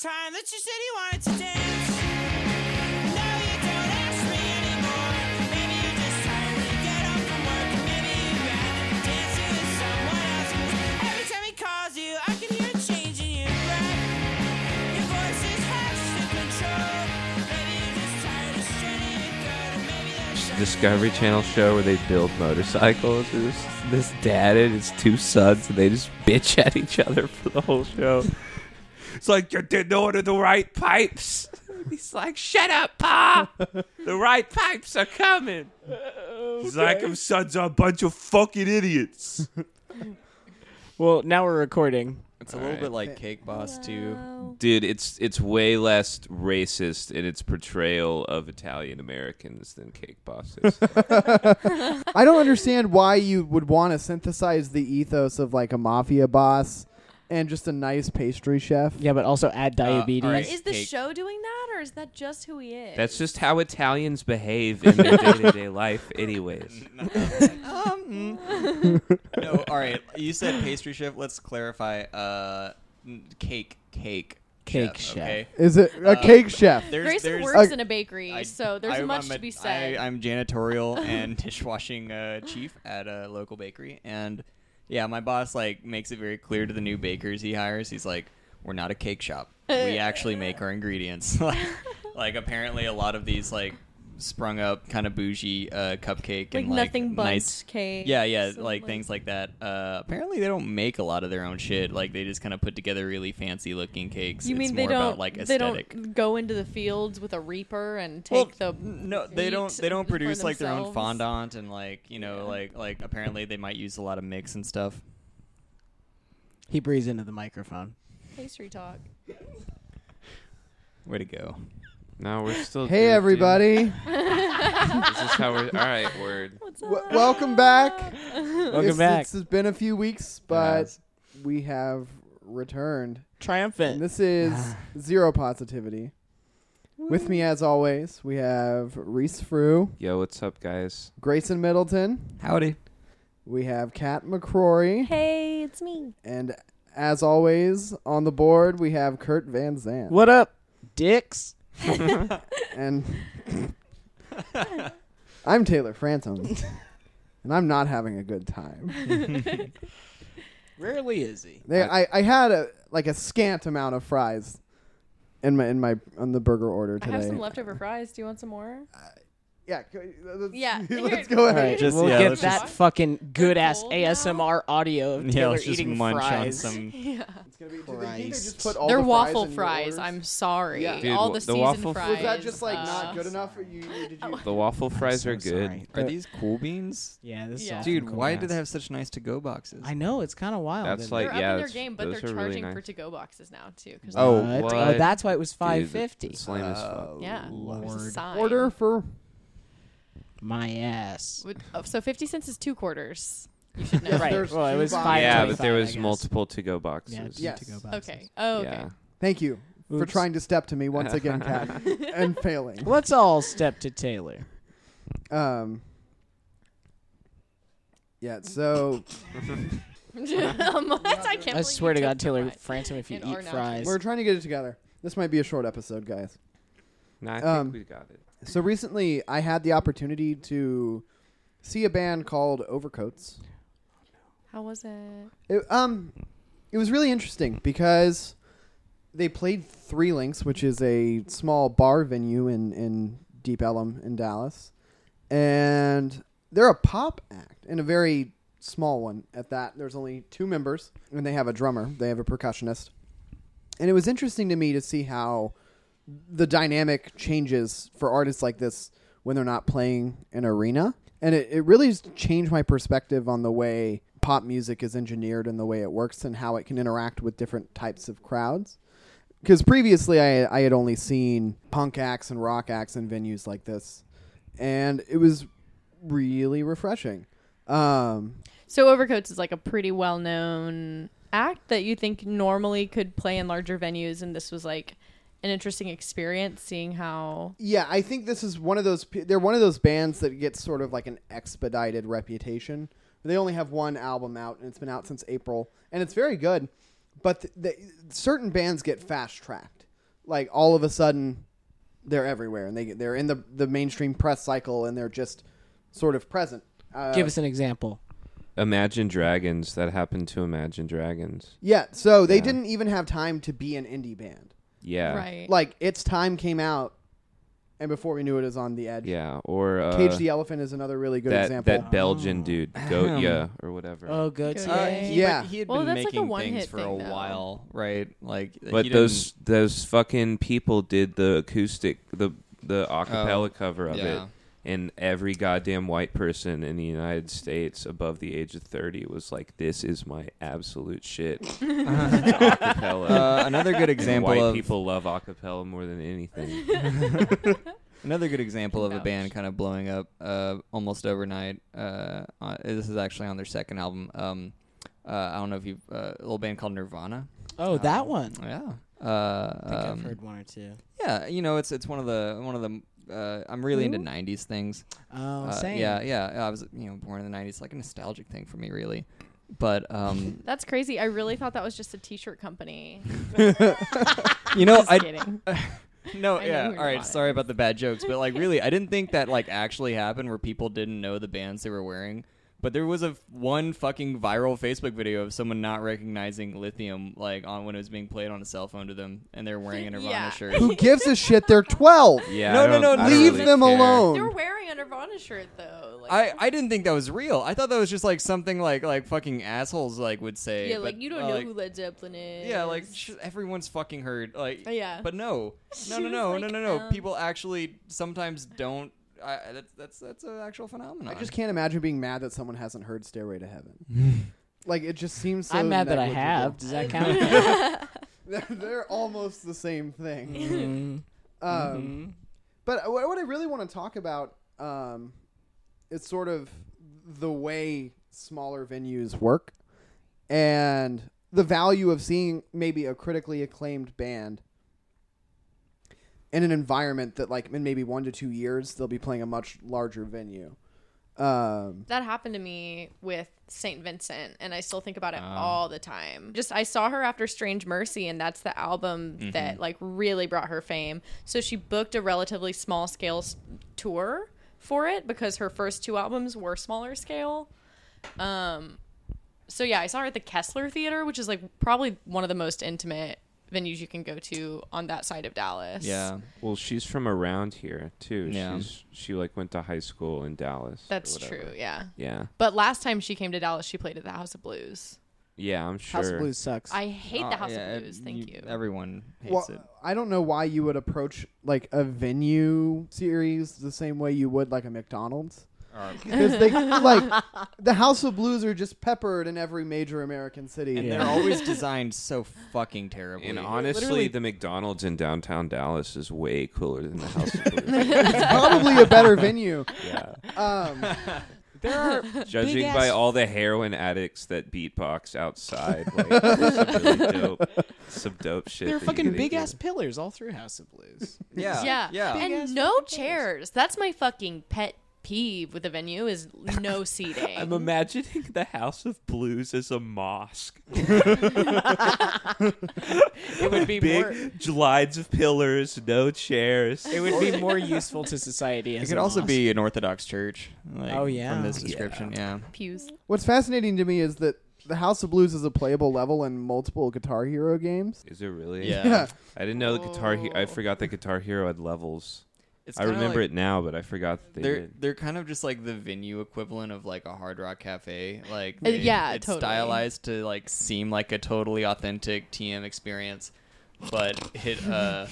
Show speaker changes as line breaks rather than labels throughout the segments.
time that you said you wanted to dance. Now you don't ask me anymore. Maybe you're just tired. You get home from work. Maybe you'd rather be dancing with someone else. 'Cause every time he calls you, I can hear a change in your breath. Your voice is hushed to control. Maybe you're just tired of straining your throat. Or maybe there's
Discovery Channel show where they build motorcycles. There's this dad and his two sons, and they just bitch at each other for the whole show. It's like you didn't order the right pipes. He's like, "Shut up, pa! The right pipes are coming." He's like, "Them sons are a bunch of fucking idiots."
Well, now we're recording.
It's a little bit like Cake Boss too.
Dude, it's it's way less racist in its portrayal of Italian Americans than Cake Boss is.
I don't understand why you would want to synthesize the ethos of like a mafia boss and just a nice pastry chef.
Yeah, but also add diabetes.
alright.
Is the
Cake.
show doing that, or is that just who he is?
That's just how Italians behave in their day to day life, anyways.
No, all right. You said pastry chef. Let's clarify. Uh, n- cake, cake,
Cake chef.
Okay?
Is it a cake chef?
There's,
Grayson
there's,
works
I-
in a bakery,
I-
so there's
I-
much
I'm a-
to be said.
I, am janitorial and dishwashing uh, chief at a local bakery, and yeah, my boss like makes it very clear to the new bakers he hires. He's like, "We're not a cake shop. We actually make our ingredients." like, like, apparently, a lot of these like sprung up kind of bougie uh, cupcake
like,
and
nothing but
nice
cake.
yeah, yeah, like, things like that. Uh, apparently, they don't make a lot of their own shit. Like they just kind of put together really fancy looking cakes.
You
it's
mean
more
they don't
about, like
they
aesthetic.
don't go into the fields with a reaper and
Well,
take the
n- no, they
meat
don't. They don't
for
produce like their own
themselves?
fondant and like you know like like apparently they might use a lot of mix and stuff.
He breathes into the microphone.
pastry talk.
Way to go!
No, we're still. good,
Hey
dude.
everybody,
This is how we're. All right, word.
What's
w-
up?
welcome back.
Welcome
It's-
back.
It's, it's been a few weeks, but we have returned. And
Triumphant.
this is zero positivity. With me, as always, we have Reese Frew,
Yo, what's up, guys?
Grayson Middleton,
Howdy.
we have Kat McCrory,
Hey, it's me.
and as always, on the board, we have Kurt Van Zandt.
what up, dicks?
And I'm Taylor Frantum, and I'm not having a good time.
Rarely is he.
They, I, I had a like a scant amount of fries in my in my on the burger order
I
today.
have some leftover fries. Do you want some more?
Yeah, c- let's,
Yeah,
let's
here.
go
All
ahead.
right,
Just-
we'll
yeah,
get
let's
that
just-
fucking good ass
cold now?
ASMR audio of
yeah,
Taylor
let's just
eating
munch
fries.
on some.
Yeah.
It's gonna be- do they think they just
Christ.
put all
They're
the fries
waffle
in your
fries.
orders?
I'm sorry.
Yeah.
Dude, wa-
All the,
the
seasoned
waffle fries-
fries.
Was that just like not
uh,
good enough for you? you- Did you
The waffle fries are
so
good.
sorry.
Are these cool beans?
Yeah, this
Yeah.
is
Dude,
awesome.
why
Cool
do they
ass.
have such nice to go boxes?
I know it's kind of wild.
That's
isn't
like-
it?
They're up
yeah,
in their
that's-
game, but
those
they're
are
charging
really
for
nice.
to-go boxes now too. 'cause
Oh,
they're-
What?
what?
Oh, that's why it was five
Dude,
fifty.
It's lame as
Oh.
fuck.
yeah, there's a sign.
order for
My ass.
Would- oh, so fifty cents is two quarters. You should know.
Right.
there's
Well, it
two
was
boxes.
five.
Yeah,
Yeah,
but
25,
there
Oh.
I
was
guess.
multiple to go boxes.
Yeah, just
Yes.
to go boxes.
Okay. Oh, okay.
Yeah.
Thank you for
Oops.
trying to step to me once again, Kat, and failing.
Let's all step to Taylor.
Um. Yeah. So
Um, I can't.
I
believe
swear
you
to
took
God,
the
Taylor,
fries.
Francis, if you
And our
eat
nachos.
fries,
we're trying to get it together. This might be a short episode, guys.
No, I think
Um,
we got it.
So recently, I had the opportunity to see a band called Overcoats.
How was it?
It, um, it was really interesting because they played Three Links, which is a small bar venue in in Deep Ellum in Dallas, and they're a pop act and a very small one at that. There's only two members, and they have a drummer, they have a percussionist, and it was interesting to me to see how the dynamic changes for artists like this when they're not playing an arena. And it, it really has changed my perspective on the way pop music is engineered and the way it works and how it can interact with different types of crowds. Because previously I, I had only seen punk acts and rock acts in venues like this. And it was really refreshing. Um,
So Overcoats is like a pretty well-known act that you think normally could play in larger venues, and this was like an interesting experience seeing how.
Yeah, I think this is one of those. p- They're one of those bands that gets sort of like an expedited reputation. They only have one album out, and it's been out since April, and it's very good. But th- they, certain bands get fast tracked, like all of a sudden they're everywhere and they they're in the the mainstream press cycle and they're just sort of present. Uh,
Give us an example.
Imagine Dragons. That happened to Imagine Dragons.
yeah. So they
Yeah.
didn't even have time to be an indie band.
Yeah.
Right.
Like its time came out, and before we knew it, it was on the edge.
Yeah. Or uh,
Cage the Elephant is another really good
that,
example.
that Belgian dude, Gotia or whatever.
Oh, good.
Good.
Uh,
Yay.
he-
Yeah.
but he had
Well,
been
that's like a
making
one-hit
things for
thing,
a
though.
while, right? Like,
but
he
those those fucking people did the acoustic the the acapella
Oh,
cover of
yeah.
it, and every goddamn white person in the United States above the age of thirty was like, "This is my absolute shit." acapella.
didn't- Uh, another
And
good example
white
of
people love acapella more than anything.
Another good example of a
Ouch.
band kind of blowing up uh, almost overnight. Uh, on, this is actually on their second album. Um, uh, I don't know if you uh, a little band called Nirvana.
Oh, that one. I think
Yeah. Uh,
I've
um,
heard one or two.
yeah, you know, it's it's one of the one of the. Uh, I'm really into '90s things.
Oh,
Uh,
same.
yeah, yeah. I was you know born in the '90s, like a nostalgic thing for me, really. But um,
That's crazy. I really thought that was just a t-shirt company.
you know,
Just
I
kidding.
No,
I know
yeah.
who
All right,
bought it.
sorry about the bad jokes, but like really, I didn't think that like actually happened where people didn't know the bands they were wearing. But there was a f- one fucking viral Facebook video of someone not recognizing Lithium like on when it was being played on a cell phone to them, and they're wearing a Nirvana
Yeah.
shirt.
Who gives a shit? They're twelve.
Yeah.
No,
I
no,
don't-
no,
I don't
leave
really
them
care.
alone.
They were wearing a Nirvana shirt though. Like,
I, I didn't think that was real. I thought that was just like something like like fucking assholes like would say.
yeah,
but,
like you don't know
like,
who Led Zeppelin is.
Yeah, like sh- everyone's fucking heard. Like,
Uh, yeah.
But no, no,
She
no,
was
no, no,
like,
no, no.
um,
People actually sometimes don't. I, I- that's that's that's an actual phenomenon.
I just can't imagine being mad that someone hasn't heard Stairway to Heaven. like it just seems so
I'm mad that I
negligible.
have. Does that count?
They're, they're almost the same
Mm.
thing. um, But what, what I really want to talk about um, is sort of the way smaller venues work and the value of seeing maybe a critically acclaimed band in an environment that, like, in maybe one to two years, they'll be playing a much larger venue. Um,
that happened to me with St. Vincent, and I still think about it
Ah.
all the time. Just I saw her after Strange Mercy, and that's the album
Mm-hmm.
that like really brought her fame. So she booked a relatively small scale s- tour for it because her first two albums were smaller scale. Um, so yeah, I saw her at the Kessler Theater, which is like probably one of the most intimate venues you can go to on that side of Dallas.
Yeah.
Well, she's from around here too.
Yeah.
She's she like went to high school in Dallas. or
that's
whatever.
true. Yeah.
Yeah.
But last time she came to Dallas, she played at the House of Blues.
Yeah, I'm sure.
House of Blues sucks.
I hate the
Oh,
House
yeah,
of Blues. Thank you.
Everyone hates
well,
it.
I don't know why you would approach like a venue series the same way you would like a McDonald's. Because they like the House of Blues are just peppered in every major American city.
And
Yeah.
they're always designed so fucking terribly.
And honestly,
Literally-
the McDonald's in downtown Dallas is way cooler than the House of Blues.
It's probably a better venue.
yeah.
Um,
there are
Judging
big-ass
by all the heroin addicts that beatbox outside, like some really dope, some dope shit.
They're
that you
fucking
could
big
do.
ass pillars all through House of Blues.
yeah,
yeah.
yeah.
Big-ass
And no
fucking place.
chairs. That's my fucking pet peeve with a venue is no seating.
I'm imagining the House of Blues as a mosque.
It would be more. It
Big lines of pillars, no chairs.
it would be more useful to society. As
could
a
also
mosque.
be an Orthodox church. Like,
Oh, yeah.
From this description, yeah.
Pews.
what's fascinating to me is that the House of Blues is a playable level in multiple Guitar Hero games.
Is it really?
Yeah.
Yeah.
I didn't know the guitar. He- I
Oh.
forgot that Guitar Hero had levels.
It's
I
kinda
remember
like-
it now, but I forgot that they
They're
did.
they're kind of just like the venue equivalent of like a Hard Rock Cafe. Like
Uh,
they-
yeah,
it's
totally.
stylized to like seem like a totally authentic TM experience, but it uh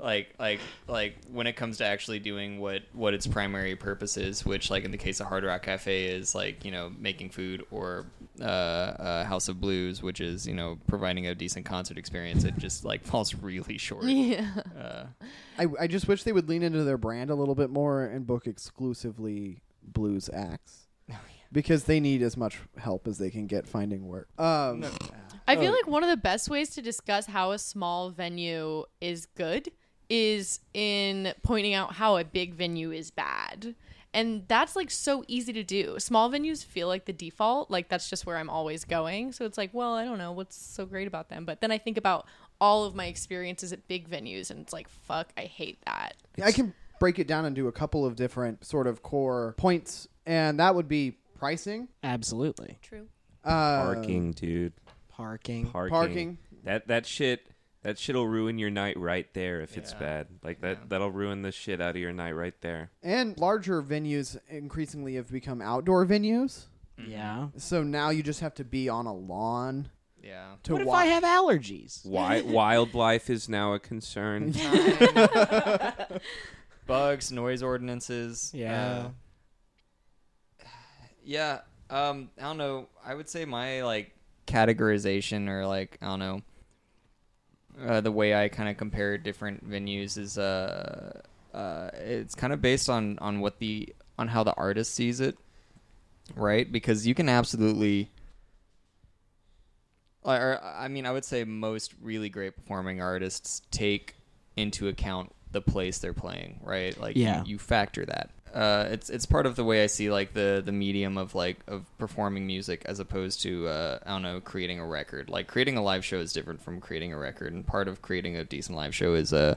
like like like when it comes to actually doing what what its primary purpose is, which like in the case of Hard Rock Cafe is like you know making food or uh, uh House of Blues, which is you know providing a decent concert experience. It just like falls really short.
Yeah.
Uh,
I, I just wish they would lean into their brand a little bit more and book exclusively blues acts.
Oh,
Because they need as much help as they can get finding work. Um,
I feel like one of the best ways to discuss how a small venue is good is in pointing out how a big venue is bad. And that's like so easy to do. Small venues feel like the default, like that's just where I'm always going. So it's like, well, I don't know what's so great about them. But then I think about all of my experiences at big venues, and it's like, fuck, I hate that.
I can break it down into a couple of different sort of core points, and that would be pricing,
Absolutely.
True.
uh,
Parking, dude.
Parking.
Parking.
Parking.
That that shit. That shit'll ruin your night right there if it's
Yeah.
bad. Like that. That'll ruin the shit out of your night right there.
and larger venues increasingly have become outdoor venues.
yeah.
So now you just have to be on a lawn
Yeah.
to
what if I
watch.
have allergies?
Why wildlife is now a concern.
Bugs, noise ordinances.
Yeah.
uh, yeah. Um, I don't know. I would say my like categorization or like I don't know. Uh, the way I kind of compare different venues is uh, uh, it's kind of based on on what the on how the artist sees it, right? Because you can absolutely. I- Or, I mean, I would say most really great performing artists take into account the place they're playing, right? Like, you-
Yeah.
you, factor that. Uh, it's it's part of the way I see like the the medium of like of performing music as opposed to uh, I don't know creating a record. Like creating a live show is different from creating a record, and part of creating a decent live show is uh,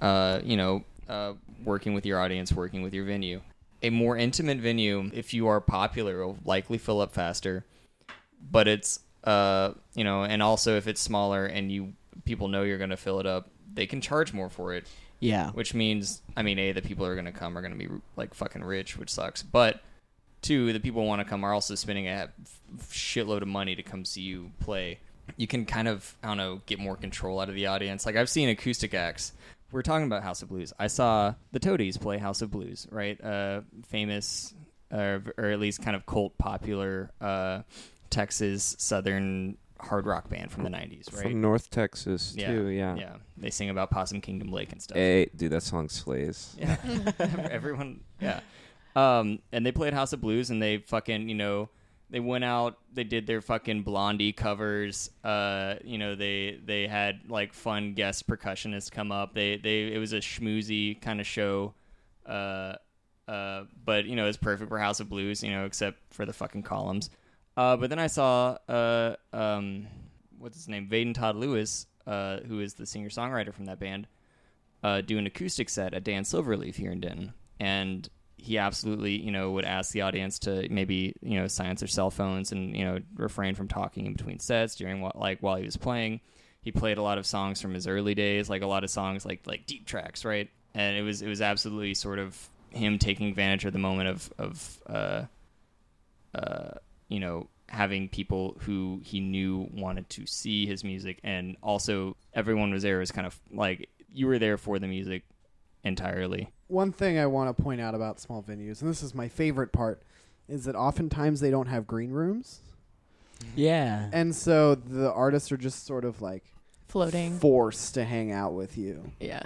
uh, you know, uh, working with your audience, working with your venue. A more intimate venue, if you are popular, will likely fill up faster. But it's, uh, you know, and also if it's smaller and you people know you're going to fill it up, they can charge more for it,
Yeah.
which means, I mean, a the people who are going to come are going to be like fucking rich, which sucks. But two, the people who want to come are also spending a shitload of money to come see you play. You can kind of, I don't know, get more control out of the audience. Like I've seen acoustic acts. We're talking about House of Blues. I saw the Toadies play House of Blues, right? Uh, famous, uh, or at least kind of cult popular uh, Texas Southern hard rock band from the 90s, right?
From North Texas too. Yeah.
Yeah. They sing about Possum Kingdom Lake and stuff.
Hey, dude, that song slays.
Yeah. Everyone. Yeah. Um, and they played House of Blues, and they fucking, you know, they went out, they did their fucking Blondie covers. Uh, you know, they they had like fun guest percussionists come up. They they it was a schmoozy kind of show. Uh, uh, but you know, it's perfect for House of Blues. You know, except for the fucking columns. Uh, but then I saw uh um, what's his name, Vaden Todd Lewis, uh, who is the singer songwriter from that band uh, do an acoustic set at Dan Silverleaf here in Denton, and he absolutely, you know, would ask the audience to maybe, you know, silence their cell phones and you know refrain from talking in between sets during what like while he was playing. He played a lot of songs from his early days, like a lot of songs like like deep tracks, right? And it was it was absolutely sort of him taking advantage of the moment of of uh, uh, you know, having people who he knew wanted to see his music, and also everyone was there was kind of like you were there for the music entirely.
One thing I want to point out about small venues, and this is my favorite part, is that oftentimes they don't have green rooms,
Yeah.
and so the artists are just sort of like
Floating.
forced to hang out with you.
Yeah.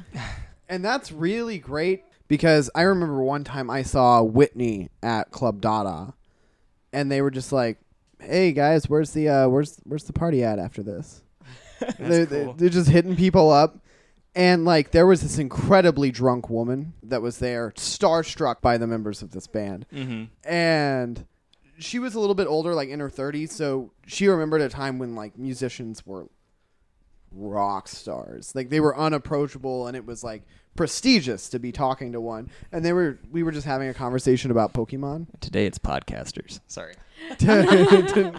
And that's really great because I remember one time I saw Whitney at Club Dada and they were just like, "Hey guys, where's the uh where's where's the party at after this?" they're, they're-
cool.
they're just hitting people up. And like there was this incredibly drunk woman that was there, starstruck by the members of this band.
Mm-hmm.
And she was a little bit older, like in her 30s, so she remembered a time when like musicians were rock stars. Like they were unapproachable and it was like prestigious to be talking to one. And they were we were just having a conversation about Pokemon.
Today it's podcasters. Sorry.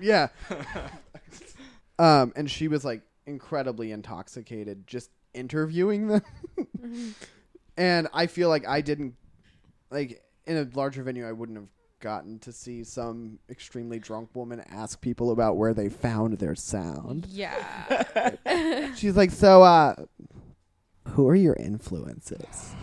yeah. Um and she was like incredibly intoxicated just interviewing them. and I feel like I didn't like in a larger venue I wouldn't have gotten to see some extremely drunk woman ask people about where they found their sound.
Yeah.
She's like, so, uh, who are your influences?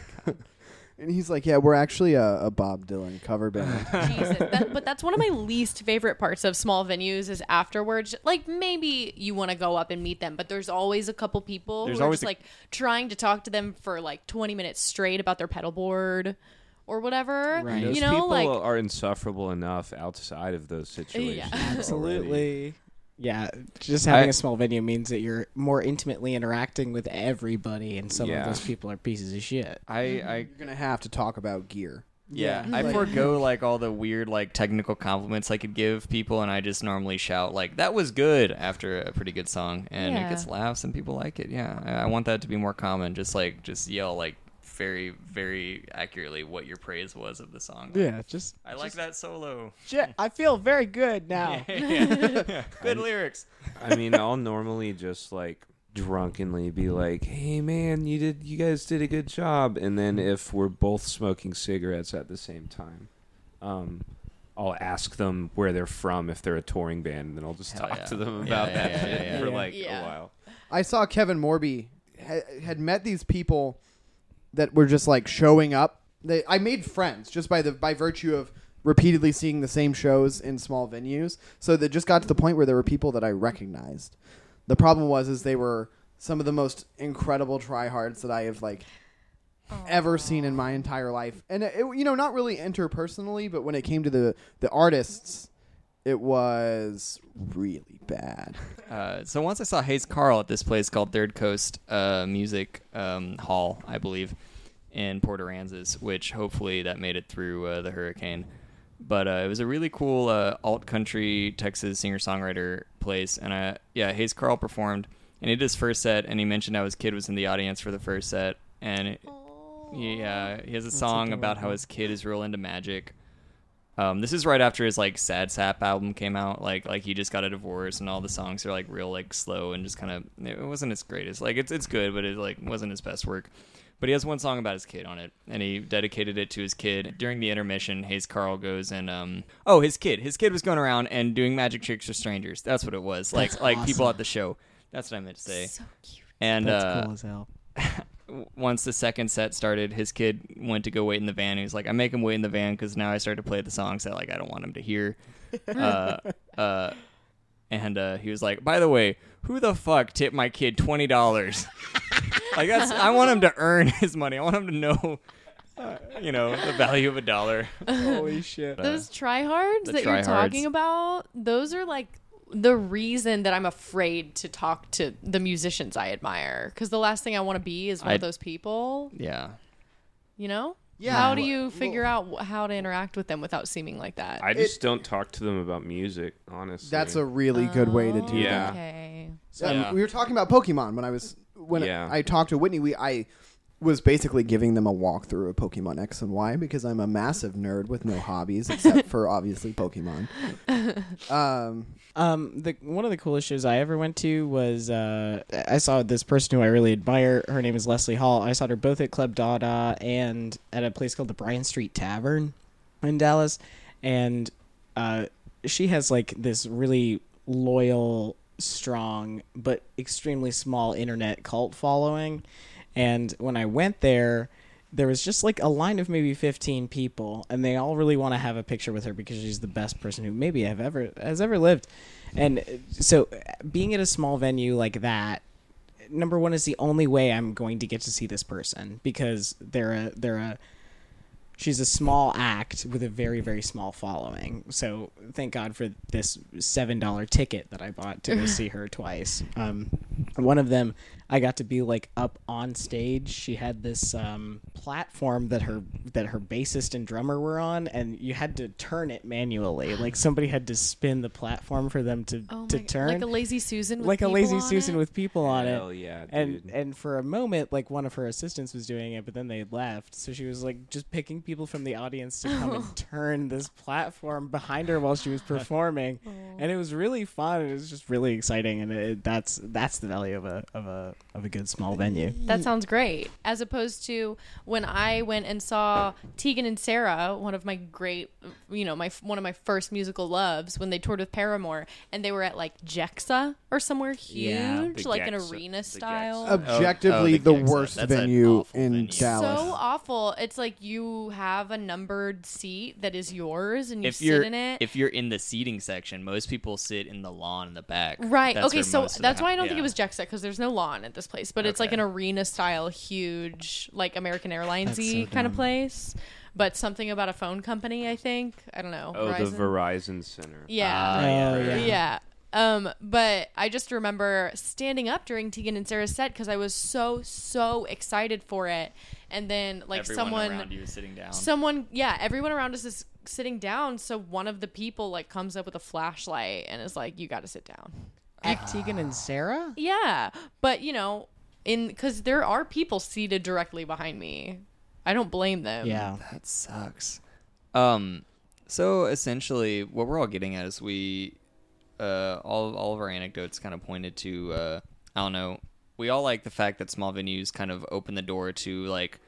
and he's like, yeah, we're actually a, a Bob Dylan cover band.
Jesus. That, but that's one of my least favorite parts of small venues is afterwards. Like maybe you want to go up and meet them, but there's always a couple people
There's
who are
always
just
a-
like trying to talk to them for like 20 minutes straight about their pedal board or whatever.
Right.
Those
You know,
people
like
are insufferable enough outside of those situations. already.
Absolutely. Yeah, just having
I-
a small venue means that you're more intimately interacting with everybody, and some
Yeah.
of those people are pieces of shit.
I I
You're going to have to talk about gear.
Yeah,
Yeah.
I
Like-
forego like all the weird like technical compliments I could give people, and I just normally shout like "That was good" after a pretty good song, and
Yeah.
it gets laughs and people like it. Yeah, I, I want that to be more common. Just like just yell like very very accurately what your praise was of the song. Like,
Yeah, just
I like that solo.
shit. I feel very good now.
Good lyrics.
I mean, I'll normally just like drunkenly be
Mm-hmm.
like, "Hey, man, you did, you guys did a good job." And then
Mm-hmm.
if we're both smoking cigarettes at the same time, um, I'll ask them where they're from if they're a touring band, and then I'll just
Hell
talk
yeah.
to them
Yeah,
about
yeah,
that
yeah,
shit
yeah,
for
yeah.
like
Yeah.
a while.
I saw Kevin Morby ha- had met these people that were just like showing up. They I made friends just by the by virtue of repeatedly seeing the same shows in small venues. So that just got to the point where there were people that I recognized. The problem was is they were some of the most incredible tryhards that I have like ever seen in my entire life. And it, you know, not really interpersonally, but when it came to the the artists, it was really bad.
Uh, so once I saw Hayes Carl at this place called Third Coast uh, Music um, Hall, I believe, in Port Aransas, which hopefully that made it through uh, the hurricane. But uh, it was a really cool uh, alt country Texas singer songwriter place, and I yeah Hayes Carl performed, and he did his first set, and he mentioned how his kid was in the audience for the first set, and it, yeah, he has a song about how his kid is real into magic. Um, this is right after his like sad sap album came out. Like like he just got a divorce and all the songs are like real like slow and just kind of it wasn't his greatest. Like it's it's good, but it like wasn't his best work. But he has one song about his kid on it, and he dedicated it to his kid. During the intermission, Hayes Carl goes and um oh his kid his kid was going around and doing magic tricks for strangers. That's what it was like like people at the show. That's what I meant to say.
So cute.
and
That's
uh,
cool as hell.
w- once the second set started, his kid went to go wait in the van. He was like, "I make him wait in the van because now I start to play the songs that like I don't want him to hear." uh, uh, and uh, he was like, "By the way, who the fuck tipped my kid twenty dollars? like that's I want him to earn his money. I want him to know, uh, you know, the value of a dollar."
Holy shit.
Those tryhards
the
that you're
tryhards.
talking about, those are like the reason that I'm afraid to talk to the musicians I admire. Because the last thing I want to be is one
I-
of those people,
yeah,
you know?
Yeah.
How do
Well-
you figure out wh- how to interact with them without seeming like that?
I just don't talk to them about music, honestly.
That's a really good way to do
Yeah.
that.
Okay.
Um,
Yeah.
We were talking about Pokemon when I was when
Yeah.
I talked to Whitney. We I was basically giving them a walkthrough of Pokemon X and Y because I'm a massive nerd with no hobbies except for obviously Pokemon. Um,
Um, the one of the coolest shows I ever went to was uh, I saw this person who I really admire. Her name is Leslie Hall. I saw her both at Club Dada and at a place called the Bryan Street Tavern in Dallas, and uh, she has like this really loyal, strong but extremely small internet cult following. And when I went there, there was just like a line of maybe 15 people and they all really want to have a picture with her because she's the best person who maybe have ever has ever lived and uh, so uh, being at a small venue like that number one is the only way i'm going to get to see this person because they're a they're a she's a small act with a very very small following so thank god for this seven dollar ticket that i bought to go see her twice um, one of them i got to be like up on stage she had this um, platform that her that her bassist and drummer were on and you had to turn it manually like somebody had to spin the platform for them to
Oh my
to
g-
turn
Like a lazy Susan with
like a
people
lazy
on
Susan
it?
with people on
Hell
it.
yeah,
And
dude.
and for a moment, like one of her assistants was doing it, but then they left. So she was like just picking people from the audience to come and turn this platform behind her while she was performing, and it was really fun. It was just really exciting, and it, that's that's the value of a of a of a good small venue.
That sounds great. As opposed to when I went and saw Tegan and Sarah, one of my great, you know, my one of my first musical loves when they toured with Paramore, and they were at like Jexa or somewhere huge,
Yeah,
the
like an
Gexa- the
arena
Gexa.
style.
Oh,
objectively,
oh, the
the,
Gex-
worst
that's an
venue
awful
in
venue.
Dallas.
So awful. It's like you have a numbered seat that is yours, and you
if
sit
you're
in it.
if you're in the seating section, most people sit in the lawn in the back.
Right.
That's
okay.
where
So
most of the
that's
ha-
why I don't think
yeah.
it was Jexa because there's no lawn at this place, but it's like
Okay.
an arena style, huge, like American Airlinesy
so
kind of
dumb.
place. But something about a phone company, I think. I don't know.
oh
Verizon?
Ah,
the Verizon Center.
yeah.
Oh,
yeah.
yeah.
Um, but I just remember standing up during Tegan and Sarah's set because I was so so excited for it, and then like
Everyone
someone
around you is sitting down.
someone yeah everyone around us is sitting down so one of the people like comes up with a flashlight and is like you got to sit down
At Tegan and Sarah?
yeah but you know in because there are people seated directly behind me i don't blame them
Yeah.
That sucks. Um, so essentially, what we're all getting at is we, uh, all all of our anecdotes kind of pointed to, uh, I don't know, we all like the fact that small venues kind of open the door to like,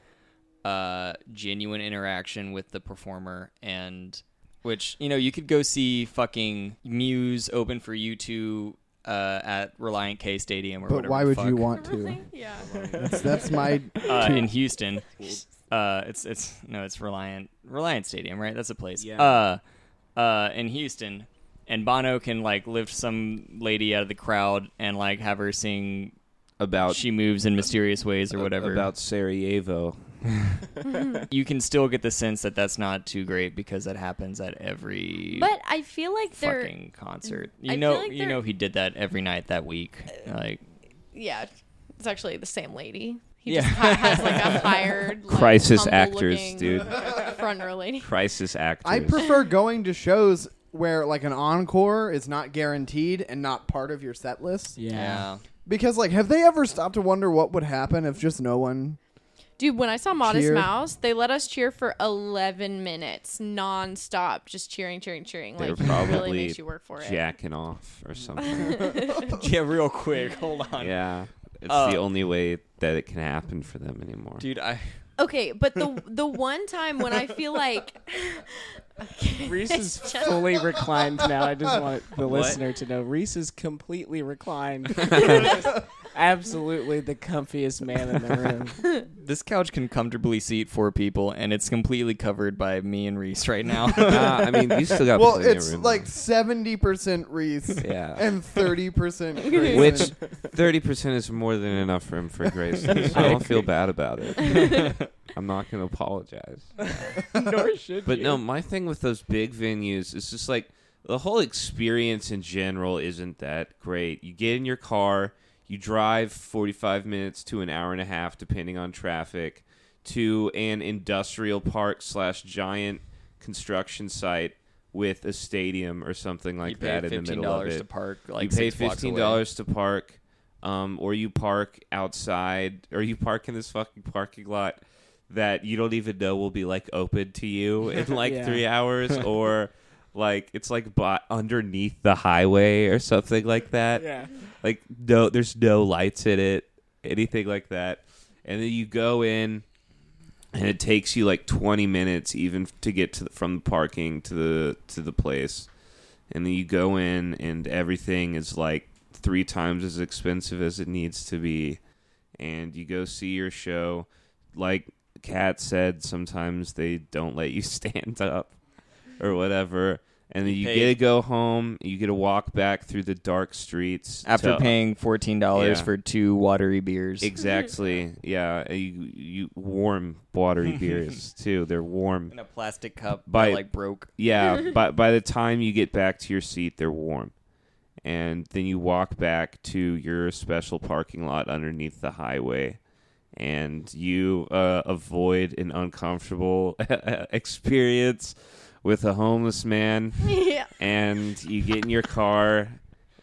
uh, genuine interaction with the performer and. Which you know you could go see fucking Muse open for you two uh, at Reliant K Stadium or
But
whatever.
why
the
would
fuck
you want to?
Really? yeah
That's, that's my.
uh, in Houston. Uh, it's it's no, it's Reliant Reliant Stadium, right? That's a place.
Yeah.
Uh, uh, in Houston, and Bono can like lift some lady out of the crowd and like have her sing
About
"She Moves in Mysterious Ways" or whatever.
about Sarajevo.
you can still get the sense that that's not too great because that happens at every
but i feel like they're
fucking concert. You
I
know,
feel like
you
they're-
know, he did that every night that week. Like
yeah it's actually the same lady he
Yeah.
just ha- has like a hired like,
Crisis
humble-looking
actors, dude.
front row lady
Crisis actors.
I prefer going to shows where like an encore is not guaranteed and not part of your set list.
Yeah.
yeah,
Because like, have they ever stopped to wonder what would happen if just no one?
Dude, when I saw Modest
Cheer.
Mouse, they let us cheer for 11 minutes nonstop, just cheering, cheering, cheering.
They
Like,
were
it really
probably
makes you work for it.
jacking off or something.
yeah, real quick. Hold on,
yeah, it's
Uh,
the only way that it can happen for them anymore.
dude. I
Okay, but the the one time when I feel like
Reese is fully reclined now. I just want the listener to know Reese is completely reclined. Absolutely the comfiest man in the room.
This couch can comfortably seat four people, and it's completely covered by me and Reese right now.
Ah, I mean, you still got
Well,
plenty of
it's
room
like seventy percent Reese
left. yeah.
and thirty percent.
Which thirty percent is more than enough room for grace. So I don't feel bad about it. I'm not going to apologize.
Nor should
But
you.
no, my thing with those big venues is just like the whole experience in general isn't that great. You get in your car, you drive 45 minutes to an hour and a half, depending on traffic, to an industrial park slash giant construction site with a stadium or something like
you pay
that in the
fifteen
middle of
dollars
it.
to park. Like
you pay
six blocks away.
fifteen dollars to park, um, or you park outside, or you park in this fucking parking lot that you don't even know will be like open to you in like
Yeah.
three hours, or like it's like bot underneath the highway or something like that.
Yeah.
Like no, there's no lights in it, anything like that, and then you go in. And it takes you like 20 minutes even to get to the, from the parking to the to the place and then you go in and everything is like three times as expensive as it needs to be and you go see your show like kat said sometimes they don't let you stand up or whatever and then you
pay-
get to go home you get to walk back through the dark streets
After
to-
paying fourteen dollars
Yeah.
for two watery beers,
exactly yeah you, you warm watery beers too they're warm
in a plastic cup
By-
that like broke.
yeah, by by the time you get back to your seat, they're warm, and then you walk back to your special parking lot underneath the highway, and you uh, avoid an uncomfortable experience with a homeless man,
yeah,
and you get in your car.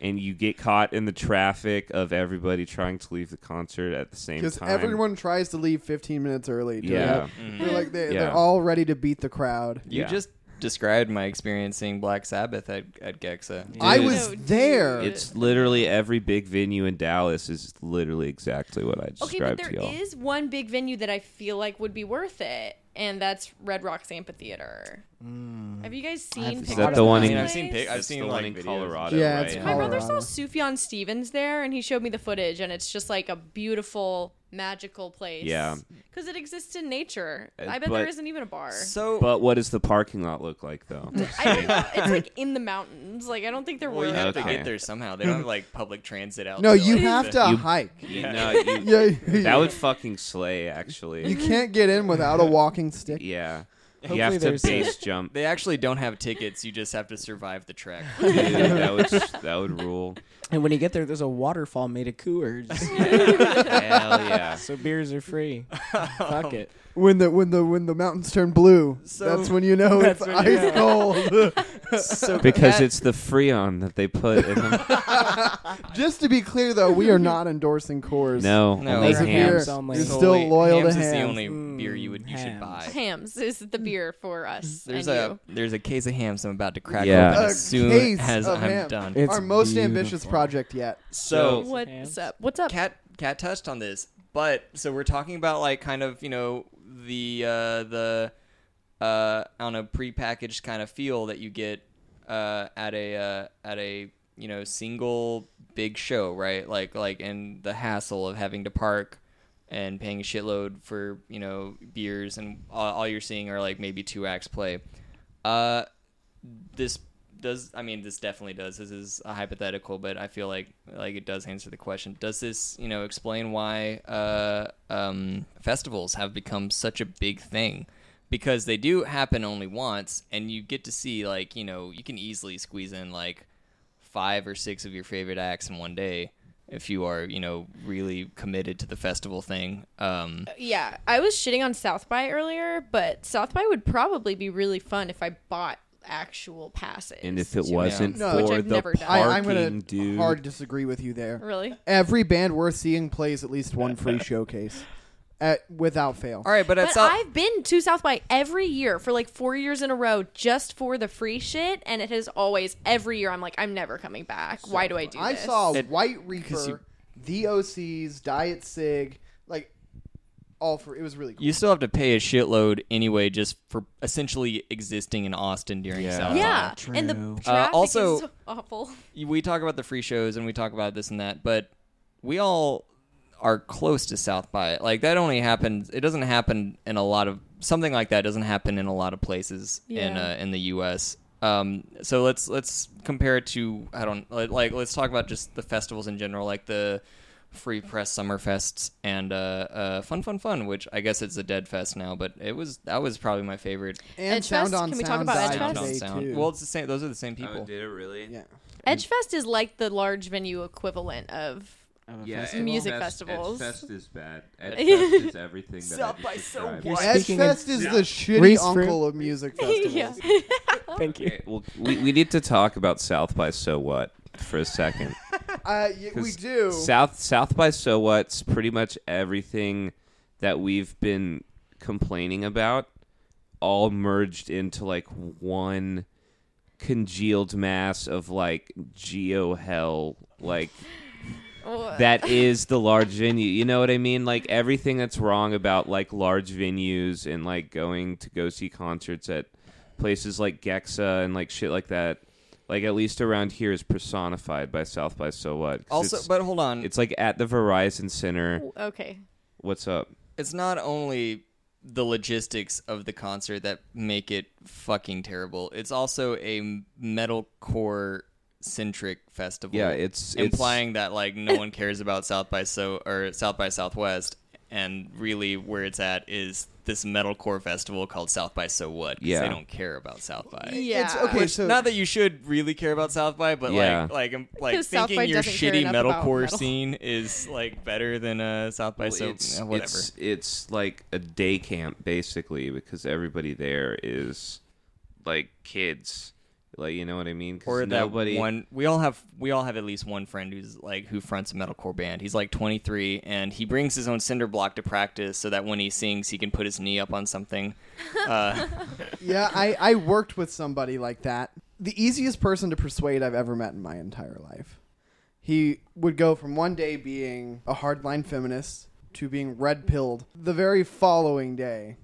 And you get caught in the traffic of everybody trying to leave the concert at the same
Because
time.
everyone tries to leave fifteen minutes early. to
yeah,
that.
Mm-hmm.
They're like they,
Yeah.
they're all ready to beat the crowd.
Yeah.
You just described my experience seeing Black Sabbath at, at Gexa.
I
Dude.
was
No, dude.
there.
it's literally every big venue in Dallas is literally exactly what I
okay, but
described
there
to y'all.
is one big venue that I feel like would be worth it, and that's Red Rocks Amphitheater. Have you guys seen?
Is
Is
pictures
that
of
the one
this
in?
I've seen
place?
pic- I've
that's
seen,
the
like,
one in
videos.
Colorado.
Yeah,
right?
it's
My brother
Colorado.
saw Sufjan Stevens there, and he showed me the footage, and it's just like a beautiful, magical place.
Yeah.
because it exists in nature.
Uh,
I bet
but-
there isn't even a bar.
So
But what does the parking lot look like though?
I don't know. It's like in the mountains. Like I don't think they're
well, you
really.
have
Okay.
to get there somehow. They don't have like public transit out.
no,
there,
you
like,
have
the-
to
You-
hike.
You know, you-
Yeah,
that would fucking slay, actually.
You can't get in without a walking stick.
yeah, you have
Hopefully
to
there's
base jump.
They actually don't have tickets. You just have to survive the trek.
Dude, that would that would rule.
and when you get there, there's a waterfall made of Coors,
Hell yeah.
so beers are free. Fuck it.
When the when the when the mountains turn blue,
So-
that's when you know
that's
it's
when you
ice cold.
so
Because
Kat-
it's the Freon that they put in them.
Just to be clear, though, we are not endorsing Coors.
No,
No,
only
Those of you
hams.
who
only.
are
it's
still
only-
loyal to
hams is the
Hams.
only
Mm,
beer you would you should
hams.
buy.
Hams is the beer for us.
There's
and you.
a there's a case of hams I'm about to crack
Yeah.
open
A
as soon
case
as
of
I'm
hams.
done.
It's
Our most
beautiful.
ambitious project yet.
so
What's
Hams.
up? What's up?
Cat Cat touched on this, but so we're talking about like kind of you know the uh, the uh, on a prepackaged kind of feel that you get uh, at a uh, at a you know single big show, right? Like like and the hassle of having to park and paying a shitload for you know beers and all, all you're seeing are like maybe two acts play. Uh, this does i mean this definitely does this is a hypothetical but i feel like like it does answer the question does this you know explain why uh um festivals have become such a big thing because they do happen only once and you get to see like you know you can easily squeeze in like five or six of your favorite acts in one day if you are you know really committed to the festival thing um
Yeah, I was shitting on South by earlier, but South by would probably be really fun if I bought actual passes.
And if it
to
wasn't
No.
for
Which
I've
the
never done.
parking,
I-
I, I'm gonna
dude,
hard disagree with you there.
really,
Every band worth seeing plays at least one free showcase, at, without fail.
all right but,
but
at South-
I've been to South by every year for like four years in a row just for the free shit, and it has always every year I'm like, I'm never coming back. Why do I do?
I
this?
saw
It-
White
'cause you-
Reaper, the OCs, Diet Sig, like all for it was really cool.
You still have to pay a shitload anyway, just for essentially existing in Austin during
Yeah.
South.
Yeah,
True.
and the
Uh,
traffic
also-
is awful.
By. We talk about the free shows and we talk about this and that, but we all are close to South by. Like that only happens. It doesn't happen in a lot of something like that. Doesn't happen in a lot of places in
Yeah.
uh, in the U.S. Um, so let's let's compare it to I don't like- like let's talk about just the festivals in general, like the Free Press Summer Fests and uh, uh, Fun Fun Fun, which I guess it's a dead fest now, but it was that was probably my favorite.
and
Edgefest?
Sound on
Can we talk
Sound
about
died
Sound
Edgefest?
today,
on sound.
too.
Well, it's the same. Those are the same people.
did it really?
yeah.
Edgefest is like the large venue equivalent of
Edge
Music
Fest-
festivals.
Edge Fest is bad. Edge Fest is everything that I just described.
You're speaking in-
Edgefest is the shitty
Reese Fruit.
uncle of music festivals.
yeah.
Thank you.
Okay, well, we, we need to talk about South by So What for a second.
Uh, y- we
'Cause
do.
South South by So What's pretty much everything that we've been complaining about all merged into like one congealed mass of like geo hell like that is the large venue. You know what I mean? Like everything that's wrong about like large venues and like going to go see concerts at places like Gexa and like shit like that. Like at least around here is personified by South by So What. 'Cause
Also,
it's,
but hold on, it's,
it's like at the Verizon Center.
okay.
What's up?
not only the logistics of the concert that make it fucking terrible. It's also a metalcore centric festival.
Yeah, it's- it's-
implying that like no one cares about South by so or South by Southwest, and really where it's at is this metalcore festival called South by So What. 'cause
Yeah.
they don't care about South by.
Yeah.
It's, okay, so
Not that you should really care about South by, but
Yeah.
like, like, I'm- like
Because South
thinking
by
your
doesn't care
shitty
enough about
metalcore
metal.
scene is like better than uh, South by. so
it's,
eh, whatever.
It's, it's like a day camp basically because everybody there is like kids. Like you know what I mean? 'Cause
or
nobody
that one. We all have we all have at least one friend who's like who fronts a metalcore band. He's like 23 and he brings his own cinder block to practice so that when he sings he can put his knee up on something. Uh,
yeah, I, I worked with somebody like that. The easiest person to persuade I've ever met in my entire life. He would go from one day being a hardline feminist to being red pilled the very following day.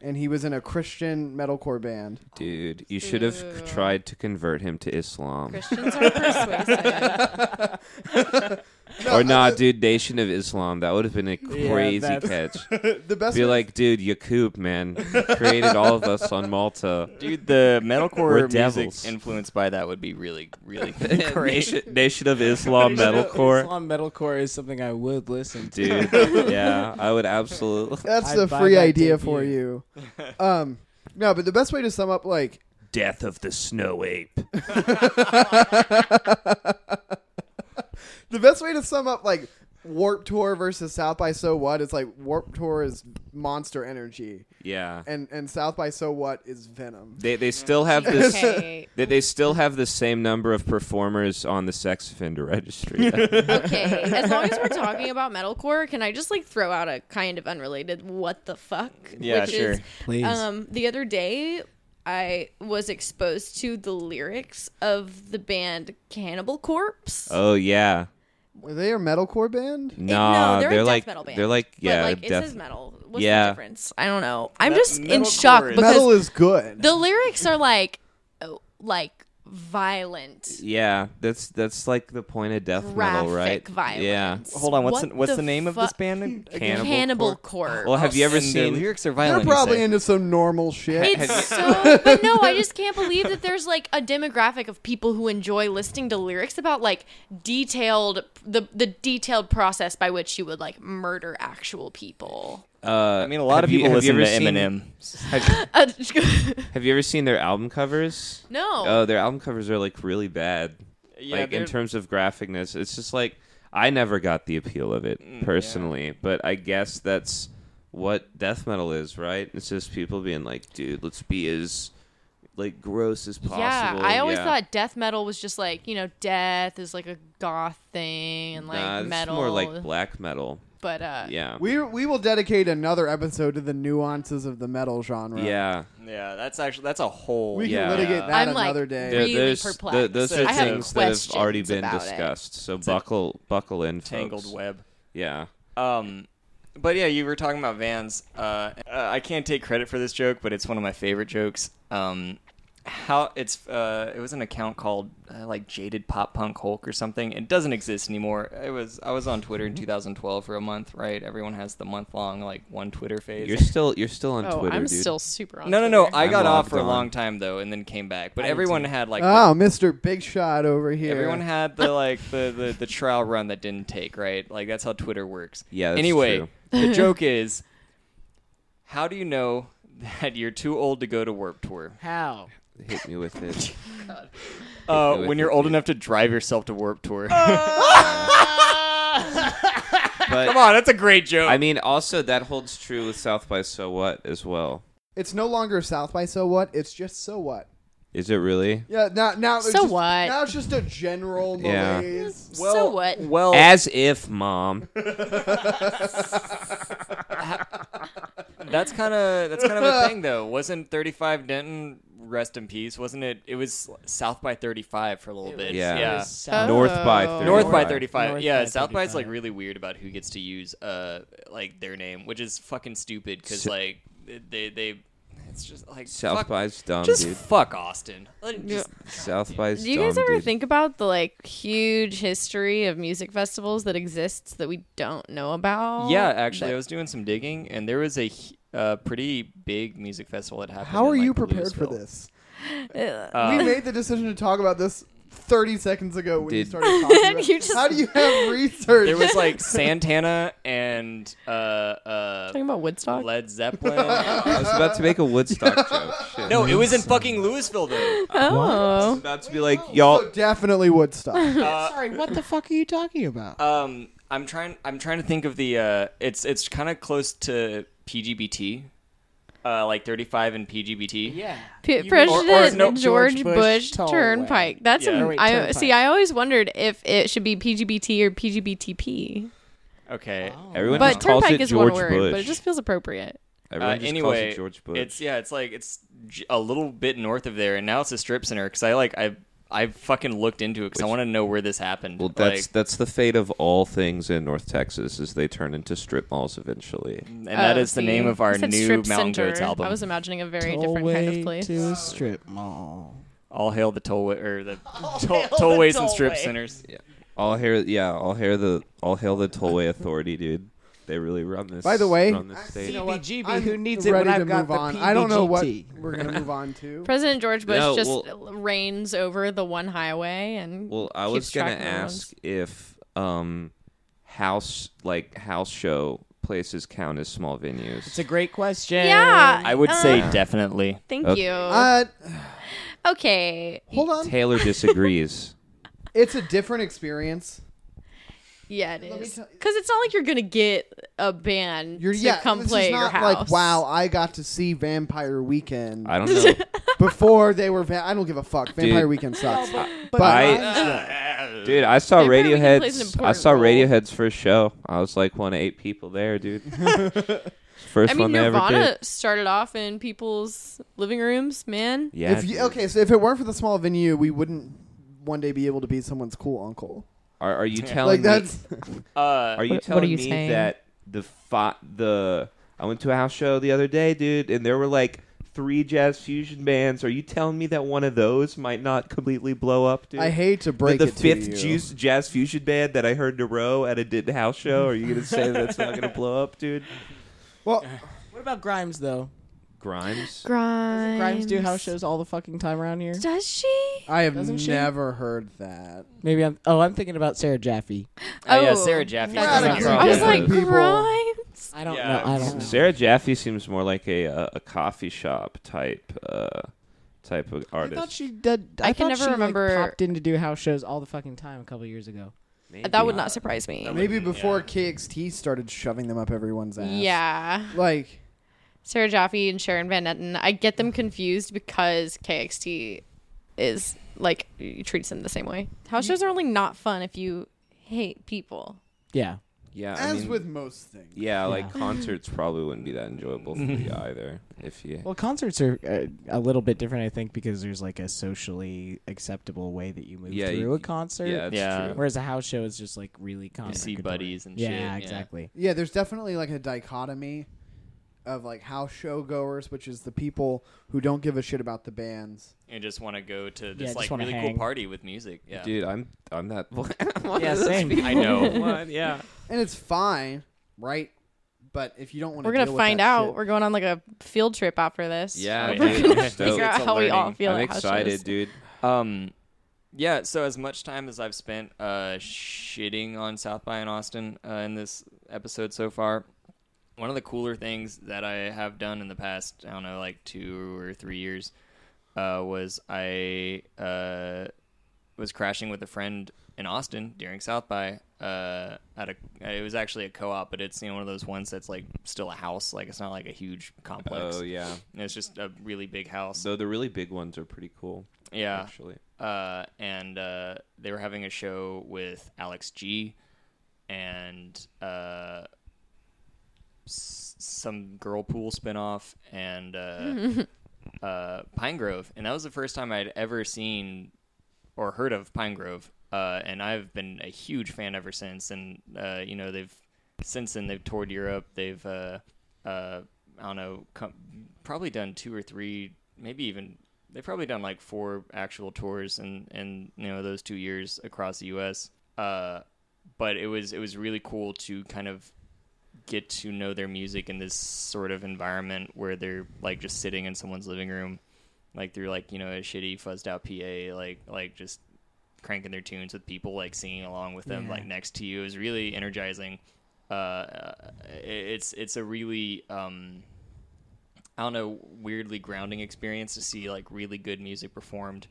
And he was in a Christian metalcore band.
Dude, you should have c-
Ew.
tried to convert him to Islam.
Christians are persuasive.
or not, dude, Nation of Islam. That would have been a crazy catch.
that's-
The best
Be
was-
like, dude, Yakub, man, created all of us on Malta.
dude, the
We're
metalcore
devils.
music influenced by that would be really really great.
Nation, Nation of Islam metalcore.
Islam metalcore is something I would listen to.
Dude, yeah, I would absolutely.
That's
I'd
the
buy
free
that
idea
debut.
for you. Um, No, but the best way to sum up like
Death of the Snow Ape.
the best way to sum up like Warp Tour versus South by So What is like Warp Tour is monster energy
Yeah.
and and South by So What is Venom.
They they still have this
Okay.
they, they still have the same number of performers on the sex offender registry.
Okay. As long as we're talking about metalcore, can I just like throw out a kind of unrelated what the fuck?
Yeah, sure.
Please.
Um, the other day, I was exposed to the lyrics of the band Cannibal Corpse.
oh yeah.
Were they a metalcore band?
Nah,
no, they're,
they're,
a death
like
metal band.
they're like yeah,
but, like it
death-
says metal. What's
Yeah.
the difference? I don't know. I'm
Me-
just in
metalcore
shock
is-
because
Metal is good.
the lyrics are like, oh, like violent,
yeah. That's that's like the point of death
graphic
metal, right?
violence.
Hold on, what's
What
the, what's the,
the
name of
fu-
this band? again?
Yeah.
Cannibal,
Cannibal.
Corpse.
Well, have you ever
And their
seen
lyrics are
They're
violent. you
probably
say.
into some normal shit.
It's so, but no, I just can't believe that there's like a demographic of people who enjoy listening to lyrics about like detailed the the detailed process by which you would like murder actual people.
uh
I mean, a lot of
have you-
people
have you
listen to
ever seen-
Eminem.
Have,
Uh,
have you ever seen their album covers?
no,
Oh, their album covers are like really bad.
Yeah,
like in
they're-
terms of graphicness, it's just like I never got the appeal of it
Mm,
personally, but I guess that's what death metal is, right? It's just people being like, "Dude, let's be as like gross as possible."
yeah, I always
Yeah.
thought death metal was just like you know death is like a goth thing and like
Nah, it's
metal,
more like black metal.
but uh,
Yeah,
We we will dedicate another episode to the nuances of the metal genre.
yeah.
Yeah, that's actually that's a whole. uh,
We can
Yeah.
litigate that
I'm, like,
another day.
really
there's-
perplexed.
th- those
So
are
I have
things that have already
questions
been
about it.
discussed. So buckle, buckle in,
tangled
folks.
web.
Yeah,
Um, but yeah, you were talking about Vans. Uh, uh, I can't take credit for this joke, but it's one of my favorite jokes. Um, how it's uh, it was an account called uh, like Jaded Pop Punk Hulk or something. It doesn't exist anymore. It was I was on Twitter in 2012 for a month, right? Everyone has the month long like one Twitter phase.
you're still you're still on
oh,
Twitter,
I'm
dude.
still super on.
no, no, no.
Twitter.
I
I'm
got off
logged
for a
on.
long time though, and then came back. But everyone had like the-
Oh, Mr. Big Shot over here.
Everyone had the like the, the the trial run that didn't take, right? Like that's how Twitter works.
Yeah, that's
anyway,
true.
the joke is, how do you know that you're too old to go to Warp Tour?
How?
Hit me with it.
Uh,
with
when
it,
you're old
dude.
enough to drive yourself to Warp Tour.
But
Come on, that's a great joke.
I mean, also that holds true with South by So What as well.
It's no longer South by So What. It's just So What.
Is it really?
Yeah. Now, now. it's
So
just-
what?
Now it's just a general
Yeah.
malaise.
So what?
Well,
As if, mom.
that's kind of that's kind of a thing though. Wasn't 35 Denton rest in peace? Wasn't it? It was South by 35 for a little bit.
Yeah.
yeah.
North by
Oh.
35.
North by 35.
North
yeah,
by
South by is
35.
like really weird about who gets to use uh like their name, which is fucking stupid cuz like they they it's just like
South
fuck,
by's dumb,
just
dude.
fuck Austin. Like, just-
South by's
Do you
dumb,
guys ever
dude.
think about the like huge history of music festivals that exists that we don't know
Oh,
about?
yeah, actually I was doing some digging and there was a h- uh, pretty big music festival that happened.
How are
in, like,
you prepared for
Louisville.
this?
Uh,
we made the decision to talk about this 30 seconds ago when you
Did-
started talking. About
You just-
How do you have research?
There was like Santana and uh uh
talking about Woodstock.
Led Zeppelin.
I was about to make a Woodstock joke. Shit.
no, it was in fucking Louisville though.
I
oh,
was about to be like, y'all.
So definitely Woodstock.
Sorry, what the fuck are you talking about?
Um, I'm trying. I'm trying to think of the. Uh, it's it's kind of close to PGBT, uh, like 35 and PGBT.
yeah.
P-
You mean- or- or
President
no,
George,
George
Bush,
Bush Tollway.
Turnpike. That's
Yeah.
a-
Or
wait,
I-
Turnpike.
see. I always wondered if it should be PGBT or PGBTP,
Okay.
Everyone
but
just calls it
Turnpike is
George
one word,
Bush.
but it just feels appropriate.
Everyone
Uh,
just calls
anyway,
it George Bush.
it's yeah, it's like it's j- a little bit north of there, and now it's a strip center because I like I I fucking looked into it because I want to know where this happened.
well, that's
like,
that's the fate of all things in North Texas is they turn into strip malls eventually.
and that
Oh,
is the
see.
name of our
I said
new
strip
Mountain Goats
center.
album.
I was imagining a very different
Tollway
kind of place.
to a strip mall.
All hail the tollway or the toll- tollways and strip centers.
I'll hear, yeah, I'll hear the, I'll hail the tollway authority, dude. They really run this.
By the way,
run this state.
know what? CBGB,
I'm
who needs it when
ready
I've
to
got
move
the
on. I don't know what
PGT.
we're going to move on to.
President George Bush
No,
just
well-
reigns over the one highway and
Well, I
keeps
was gonna
track of the
ask if um house like house show places count as small venues?
It's a great question.
Yeah.
I would say
uh,
definitely.
Thank
Okay.
you.
Uh,
okay.
hold on.
Taylor disagrees.
It's a different experience.
Yeah, it
Let me
is.
tell-
Because it's not like you're gonna get a band
You're
to
yeah.
come
this
play
is
at your
not
house.
like wow. I got to see Vampire Weekend
I don't know.
before they were. Va- I don't give a fuck. Vampire
Dude.
Weekend sucks.
But uh,
I- Dude, I saw
Vampire Weekend plays
Radiohead's.
an
I
important
saw
role.
Radiohead's first show. I was like one of eight people there, dude. first
I mean,
one they ever did.
Nirvana started off in people's living rooms, man.
Yeah.
if you,
dude.
okay, so if it weren't for the small venue, we wouldn't one day be able to be someone's cool uncle.
Are, are you
Like
telling me?
that's
Uh,
Are you
What- what are
telling
you
me
saying?
that the fi- the I went to a house show the other day, dude, and there were like three jazz fusion bands. Are you telling me that one of those might not completely blow up, dude?
I hate to break
the,
it
the
to
fifth
you.
juice jazz fusion band that I heard in a row at a did house show. Are you gonna say that's not gonna blow up, dude?
Well,
what about Grimes though?
Grimes.
Grimes.
Grimes do house shows all the fucking time around here.
Does she?
I have
Doesn't she?
never heard that.
Maybe I'm. Oh, I'm thinking about Sarah Jaffe.
oh, yeah,
Oh.
Sarah Jaffe.
That's
doesn't
not
hear
right.
it.
I was like,
People-
Grimes.
I don't
Yeah.
know. I don't know.
Sarah Jaffe seems more like a uh, a coffee shop type uh, type of
I thought
artist.
she did. I,
I can
thought
never
she, like,
remember-
popped in to do house shows all the fucking time a couple years ago.
That would not surprise me.
Maybe before KXT started shoving them up everyone's ass.
Yeah.
Like,
Sarah Jaffe and Sharon Van Etten. I get them confused because KXT is like treats them the same way. House
Mm-hmm.
shows are only not fun if you hate people.
Yeah.
yeah, I
as
mean,
with most things.
yeah, like concerts probably wouldn't be that enjoyable for you either if you.
Well, concerts are uh, a little bit different, I think, because there's like a socially acceptable way that you move
Yeah,
through
you-
a concert.
Yeah, that's
Yeah.
true.
Whereas a house show is just like really
You
concert.
see buddies and
Yeah,
shit.
exactly.
Yeah, there's definitely like a dichotomy of like house show goers, which is the people who don't give a shit about the bands.
And just want to go to
Yeah,
this
just
like
wanna
really
hang.
cool party with music. Yeah.
Dude, I'm I'm that.
Yeah, same.
I know. yeah.
And it's fine, right? But if you don't want to
We're gonna find out. We're going on like a field trip after this.
yeah,
Oh,
dude,
yeah.
I'm
We're gonna
stoked.
Figure out
It's a
how we all
learning-
feel.
I'm
at house
excited,
shows.
dude.
Um, yeah. So as much time as I've spent uh, shitting on South by in Austin uh, in this episode so far, one of the cooler things that I have done in the past, I don't know, like two or three years, uh, was I uh, was crashing with a friend in Austin during South by. Uh, at a, it was actually a co-op, but it's you know one of those ones that's like still a house, like it's not like a huge complex.
Oh yeah.
And it's just a really big house.
Though the really big ones are pretty cool.
yeah,
Actually.
uh, and uh, they were having a show with Alex G and uh, s- some girl pool spinoff and uh, uh, Pine Grove. And that was the first time I'd ever seen or heard of Pine Grove. Uh, and I've been a huge fan ever since. And, uh, you know, they've since then they've toured Europe. They've, uh, uh, I don't know, com- probably done two or three, maybe even they've probably done like four actual tours in, in you know those two years across the U.S. Uh, but it was it was really cool to kind of get to know their music in this sort of environment where they're like just sitting in someone's living room, like through like you know a shitty fuzzed out PA, like like just cranking their tunes with people like singing along with them like next to you. It was really energizing. Uh, it- it's it's a really um, I don't know weirdly grounding experience to see like really good music performed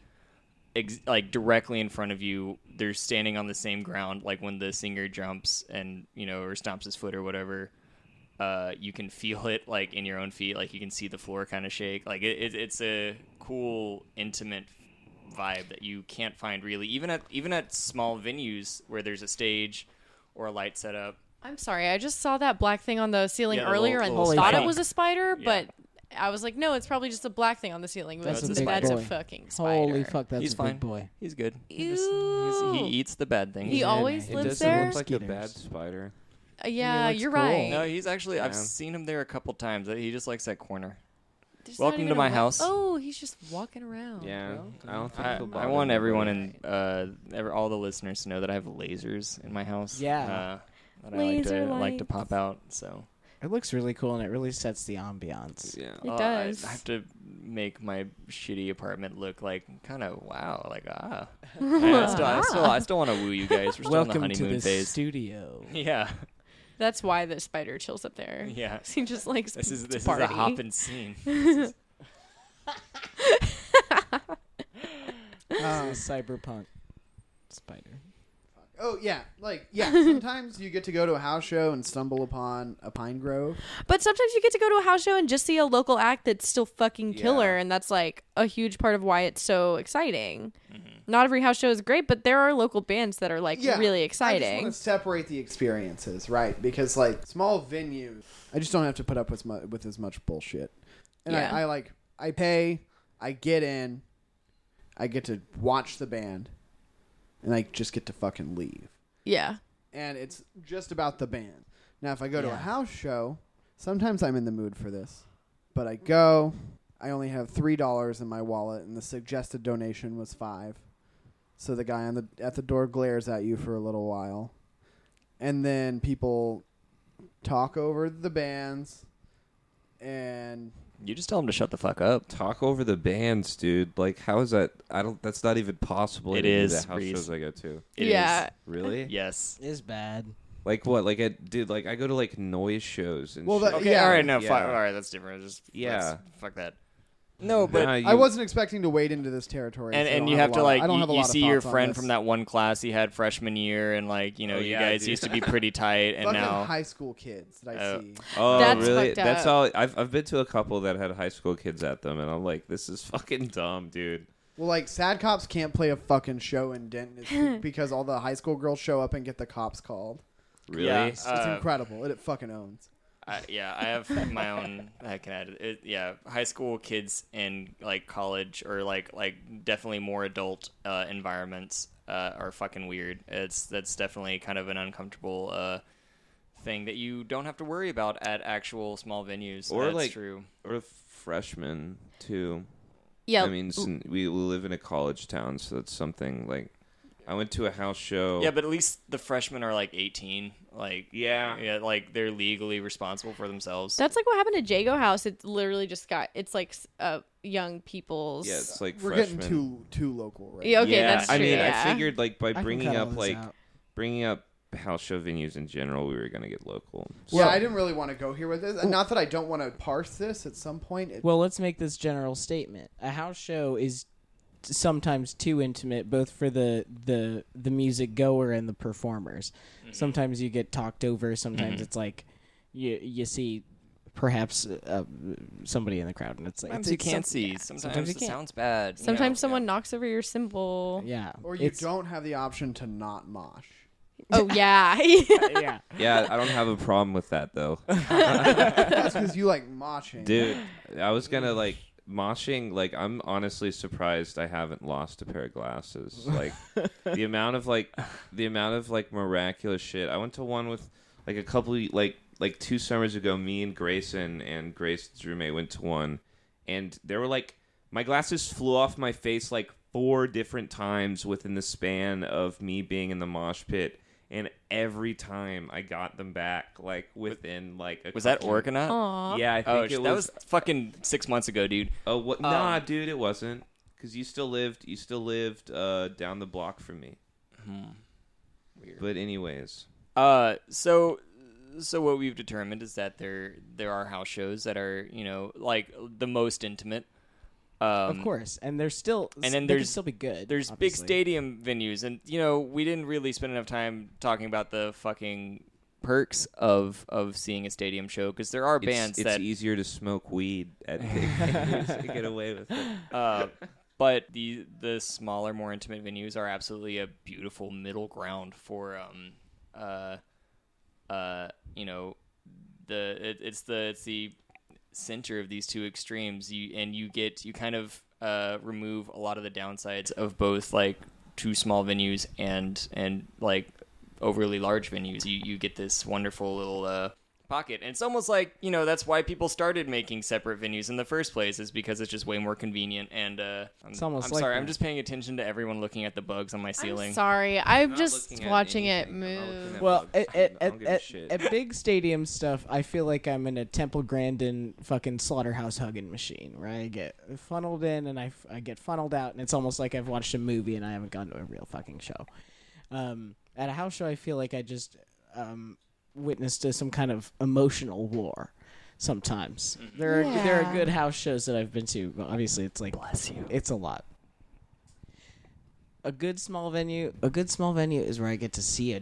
ex- like directly in front of you. They're standing on the same ground. Like when the singer jumps and you know or stomps his foot or whatever, uh, you can feel it like in your own feet. Like you can see the floor kind of shake. Like it, it, it's a cool, intimate vibe that you can't find really even at even at small venues where there's a stage or a light set up.
I'm sorry. I just saw that black thing on the ceiling
Yeah, the
earlier
little-
and
little
thought
thing.
it was a spider,
Yeah.
but I was like, no, it's probably just a black thing on the ceiling.
That's
But
a big
that's
boy.
fucking spider.
Holy fuck, that's
He's
a
fine.
big boy.
He's good. He, just- he's-
Ew.
he eats the bad things.
He always
It
it
lives
doesn't
there.
look like a
Skeeters.
bad spider.
Uh, yeah,
looks
you're
cool.
right.
No, he's actually. I've
Yeah.
seen him there a couple times. He just likes that corner.
There's not
Welcome to
even a
my
wa-
house.
Oh, he's just walking around.
Yeah. I don't think
Oh, I,
he'll
I
bother
want
me.
everyone and uh, every, all the listeners to know that I have lasers in my house.
Yeah.
uh, that I
Laser
like to like to
lights.
pop out. So
It looks really cool and it really sets the ambiance.
Yeah.
It
Uh, I-
does.
I, have to make my shitty apartment look like kind of wow, like ah. I, still, I still, I still want to woo you guys. We're still in the
Welcome to
honeymoon
the
phase.
studio.
yeah.
That's why the spider chills up there.
Yeah.
he just likes
This is
to
this
party.
is a hop and scene.
Oh.
This is cyberpunk spider.
Oh yeah, like yeah. Sometimes you get to go to a house show and stumble upon a pine grove.
But sometimes you get to go to a house show and just see a local act that's still fucking killer,
Yeah.
and that's like a huge part of why it's so exciting. Not every house show is great, but there are local bands that are like
Yeah,
really
I just
exciting.
want to separate the experiences, right? Because like small venues, I just don't have to put up with mu- with as much bullshit. And
Yeah.
I, I like I pay, I get in, I get to watch the band, and I just get to fucking leave.
yeah,
and it's just about the band. Now, if I go to a
Yeah.
house show, sometimes I'm in the mood for this, but I go. I only have three dollars in my wallet, and the suggested donation was five. So the guy on the at the door glares at you for a little while, and then people talk over the bands, and
You just tell him to shut the fuck up.
Talk over the bands, dude. Like, how is that? I don't. That's not even possible.
It
at any of
is,
the house
Reese.
shows I go to.
It is-
yeah.
Really?
Yes.
Is bad.
Like what? Like I did. Like I go to like noise shows and
Well,
shit.
that-
Okay.
Yeah.
all right. No.
Yeah.
Fuck, all right. That's different. Just
Yeah.
let's- Fuck that.
No,
Nah, you-
I wasn't expecting to wade into this territory.
and
so I
and
don't
you have
a
to
lot of-
like
I don't
you,
have a
you
lot of
see your
thoughts on
friend
this.
from that one class he had freshman year and like you know
Oh,
you
yeah,
guys
dude.
used to be pretty tight and
fucking
now
high school kids that I
Oh.
see.
Oh,
That's
really?
fucked
That's
up.
all. I've I've been to a couple that had high school kids at them, and I'm like, this is fucking dumb, dude.
Well, like sad cops can't play a fucking show in Denton It's because all the high school girls show up and get the cops called.
Really?
yeah
It's, it's
uh,
incredible. It, it fucking owns.
I, yeah I have my own I can add it yeah high school kids in like college or like like definitely more adult uh, environments uh, are fucking weird it's that's definitely kind of an uncomfortable uh, thing that you don't have to worry about at actual small venues
Or,
that's
like-
true
Or freshmen too.
Yeah.
I mean, sin- we live in a college town, so that's something. Like, I went to a house show.
yeah but at least the freshmen are like 18 like
yeah.
Yeah, like they're legally responsible for themselves.
that's like what happened to Jago House. It's literally just got it's like s- uh, young people's.
Yeah, it's like
We're
freshmen.
getting too too local right
Yeah, okay,
Yeah,
that's true.
I mean,
yeah.
I figured like by
can
bringing
cut all
up
this
like
out.
bringing up house show venues in general, we were gonna get local.
now. yeah, I didn't really want to go here with this. And not that I don't want to parse this at some point. It,
Well, let's make this general statement. A house show is t- sometimes too intimate both for the the the music goer and the performers.
Mm-hmm.
Sometimes you get talked over, sometimes it's like you you see perhaps uh, somebody in the crowd and it's like
sometimes
it's-
you
it's
can't
some-
see.
yeah,
sometimes
you
it
can't.
sounds bad. you
Sometimes
know,
someone
yeah.
knocks over your cymbol.
Yeah.
or you
it's-
don't have the option to not mosh.
Oh yeah. yeah.
yeah.
Yeah, I don't have a problem with that though,
That's because you like moshing.
dude. I was gonna like moshing. Like, I'm honestly surprised I haven't lost a pair of glasses. Like, the amount of like, the amount of like miraculous shit. I went to one with like a couple like like two summers ago. Me and Grayson and Grace's roommate went to one, and there were like my glasses flew off my face like four different times within the span of me being in the mosh pit. And every time I got them back, like within like a
was that
couple-
Orgonaut?
Yeah, I think
Oh,
it
that was fucking six months ago, dude.
Oh, what?
Um,
nah, dude, it wasn't. Because you still lived, you still lived uh, down the block from me.
Hmm.
Weird. But anyways,
Uh, so so what we've determined is that there there are house shows that are you know like the most intimate. Um,
Of course. And there's still
and then
they can
there's-
still be good.
There's big
obviously.
stadium venues, and you know we didn't really spend enough time talking about the fucking perks of of seeing a stadium show because there are
it's,
bands
it's e-,
that
easier to smoke weed at big venues and get away with it.
Uh, but the the smaller, more intimate venues are absolutely a beautiful middle ground for um uh uh you know the it, it's the it's the center of these two extremes you and you get you kind of uh remove a lot of the downsides of both like too small venues and and like overly large venues you you get this wonderful little uh pocket and it's almost like you know that's why people started making separate venues in the first place is because it's just way more convenient and uh i'm,
It's almost
I'm
like
sorry
that.
i'm just paying attention to everyone looking at the bugs on my ceiling
I'm sorry. I'm
not
just
looking at
watching it
anything. I'm not looking
move.
at
Well,
bugs.
at, at,
I don't
at,
give a
at,
shit.
at big stadium stuff, I feel like I'm in a Temple Grandin fucking slaughterhouse hugging machine where I get funneled in and I, f- I get funneled out, and it's almost like I've watched a movie and I haven't gone to a real fucking show. Um, at a house show, I feel like I just um, witness to some kind of emotional war. Sometimes
Mm-hmm.
there are there
Yeah.
are good house shows that I've been to. But obviously, it's like bless you. It's a lot. A good small venue. A good small venue is where I get to see a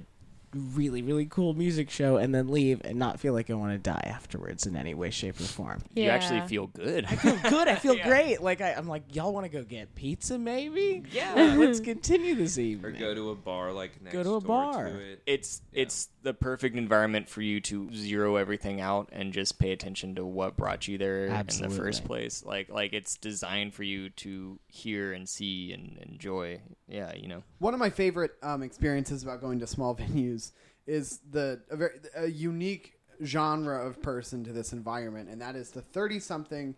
really really cool music show and then leave and not feel like I want to die afterwards in any way, shape, or form.
You actually
Yeah.
feel good.
good. I feel great. Like I, I'm like, y'all want to go get pizza? Maybe. Yeah. Let's continue this
Or
evening.
go to a bar like next
Go to a
door
bar.
to it.
it's it's the perfect environment for you to zero everything out and just pay attention to what brought you there in the first
Absolutely.
place. Like like it's designed for you to hear and see and enjoy. Yeah, you know.
One of my favorite um, experiences about going to small venues is the a, very, a unique genre of person to this environment, and that is the thirty something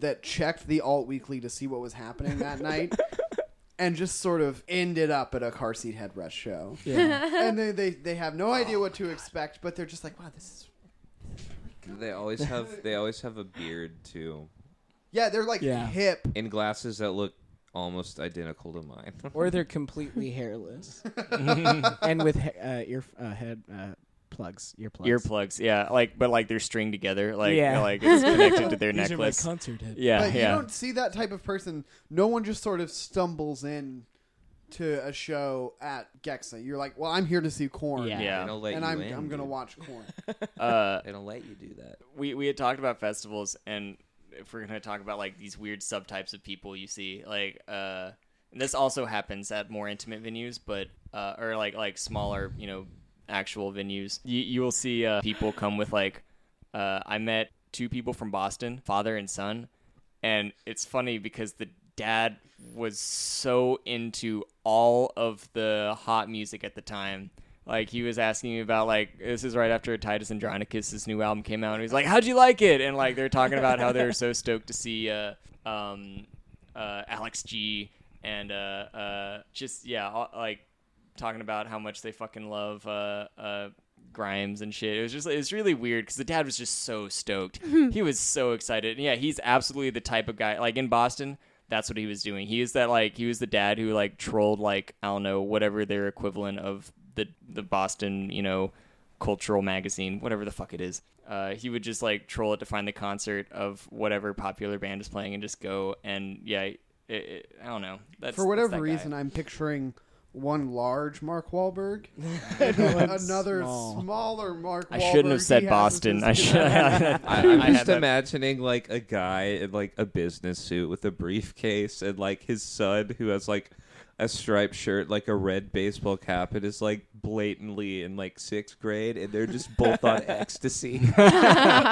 that checked the alt weekly to see what was happening that night. And just sort of ended up at a car seat headrest show, and they, they they have no idea what to expect, but they're just like, wow, this is
They always have they always have a beard too,
yeah, they're like
Yeah.
hip.
and glasses that look almost identical to mine.
Or they're completely hairless and with he- uh, ear uh, head uh, plugs, earplugs.
Earplugs, yeah, like but like they're stringed together, like
Yeah.
like it's connected to their
These are my
necklace.
concert head.
yeah,
But you
Uh, yeah.
don't see that type of person. No one just sort of stumbles in to a show at Gexa. You're like, well, I'm here to see Corn.
Yeah.
Yeah.
They don't let
and
you
I'm,
in,
I'm gonna
dude.
watch Corn.
Uh,
They don't let you do that.
we we had talked about festivals and if we're going to talk about like these weird subtypes of people you see like uh and this also happens at more intimate venues but uh or like like smaller you know actual venues you you will see uh people come with like uh i met two people from boston father and son and it's funny because the dad was so into all of the hot music at the time. Like he was asking me about like this is right after Titus Andronicus' new album came out, and he's like, "How'd you like it?" And like they're talking about how they're so stoked to see uh, um, uh, Alex G and uh, uh, just yeah, all, like talking about how much they fucking love uh, uh, Grimes and shit. It was just it was really weird because the dad was just so stoked. he was so excited. And yeah, he's absolutely the type of guy like in Boston. That's what he was doing. He is that like he was the dad who like trolled like I don't know whatever their equivalent of the the Boston you know cultural magazine whatever the fuck it is. Uh, he would just like troll it to find the concert of whatever popular band is playing and just go and yeah. It, it, I don't know. That's,
For whatever reason,
I.
I'm picturing one large Mark Wahlberg, and another
small.
smaller Mark.
I shouldn't
Wahlberg
have said
he has with
Boston.
his-
I should. I,
I, I'm
I had
just
that-
imagining like a guy in like a business suit with a briefcase and like his son who has like a striped shirt, like a red baseball cap, and is like blatantly in like sixth grade, and they're just both on ecstasy.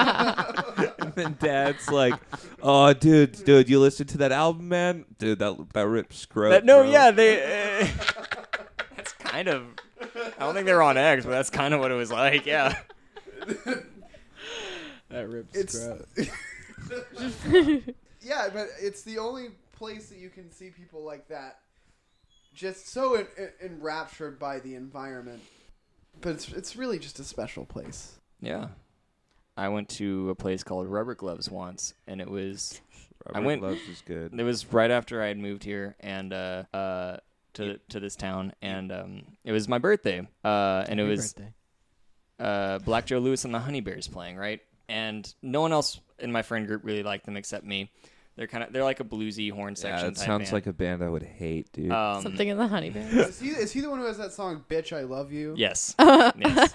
and then dad's like, "Oh, dude, dude, you listen to that album, man? Dude, that that rips scrub."
that- no,
bro."
yeah, they. Uh, that's kind of. I don't think they were on X, but that's kind of what it was like. Yeah.
That rips
It's yeah, but it's the only place that you can see people like that, just so en- en- enraptured by the environment. But it's it's really just a special place.
Yeah. I went to a place called Rubber Gloves once, and it was
Robert
I went-
Loves is good.
It was right after I had moved here and uh, uh, to to this town, and um, it was my birthday, uh, and it was uh, Black Joe Lewis and the Honey Bears playing, right? And no one else in my friend group really liked them except me. They're kind of they're like a bluesy horn
Yeah,
section.
it
type
sounds
band.
like a band I would hate, dude.
um,
Something in the honey bear.
Is he, is he the one who has that song "Bitch I Love You"?
Yes. yes.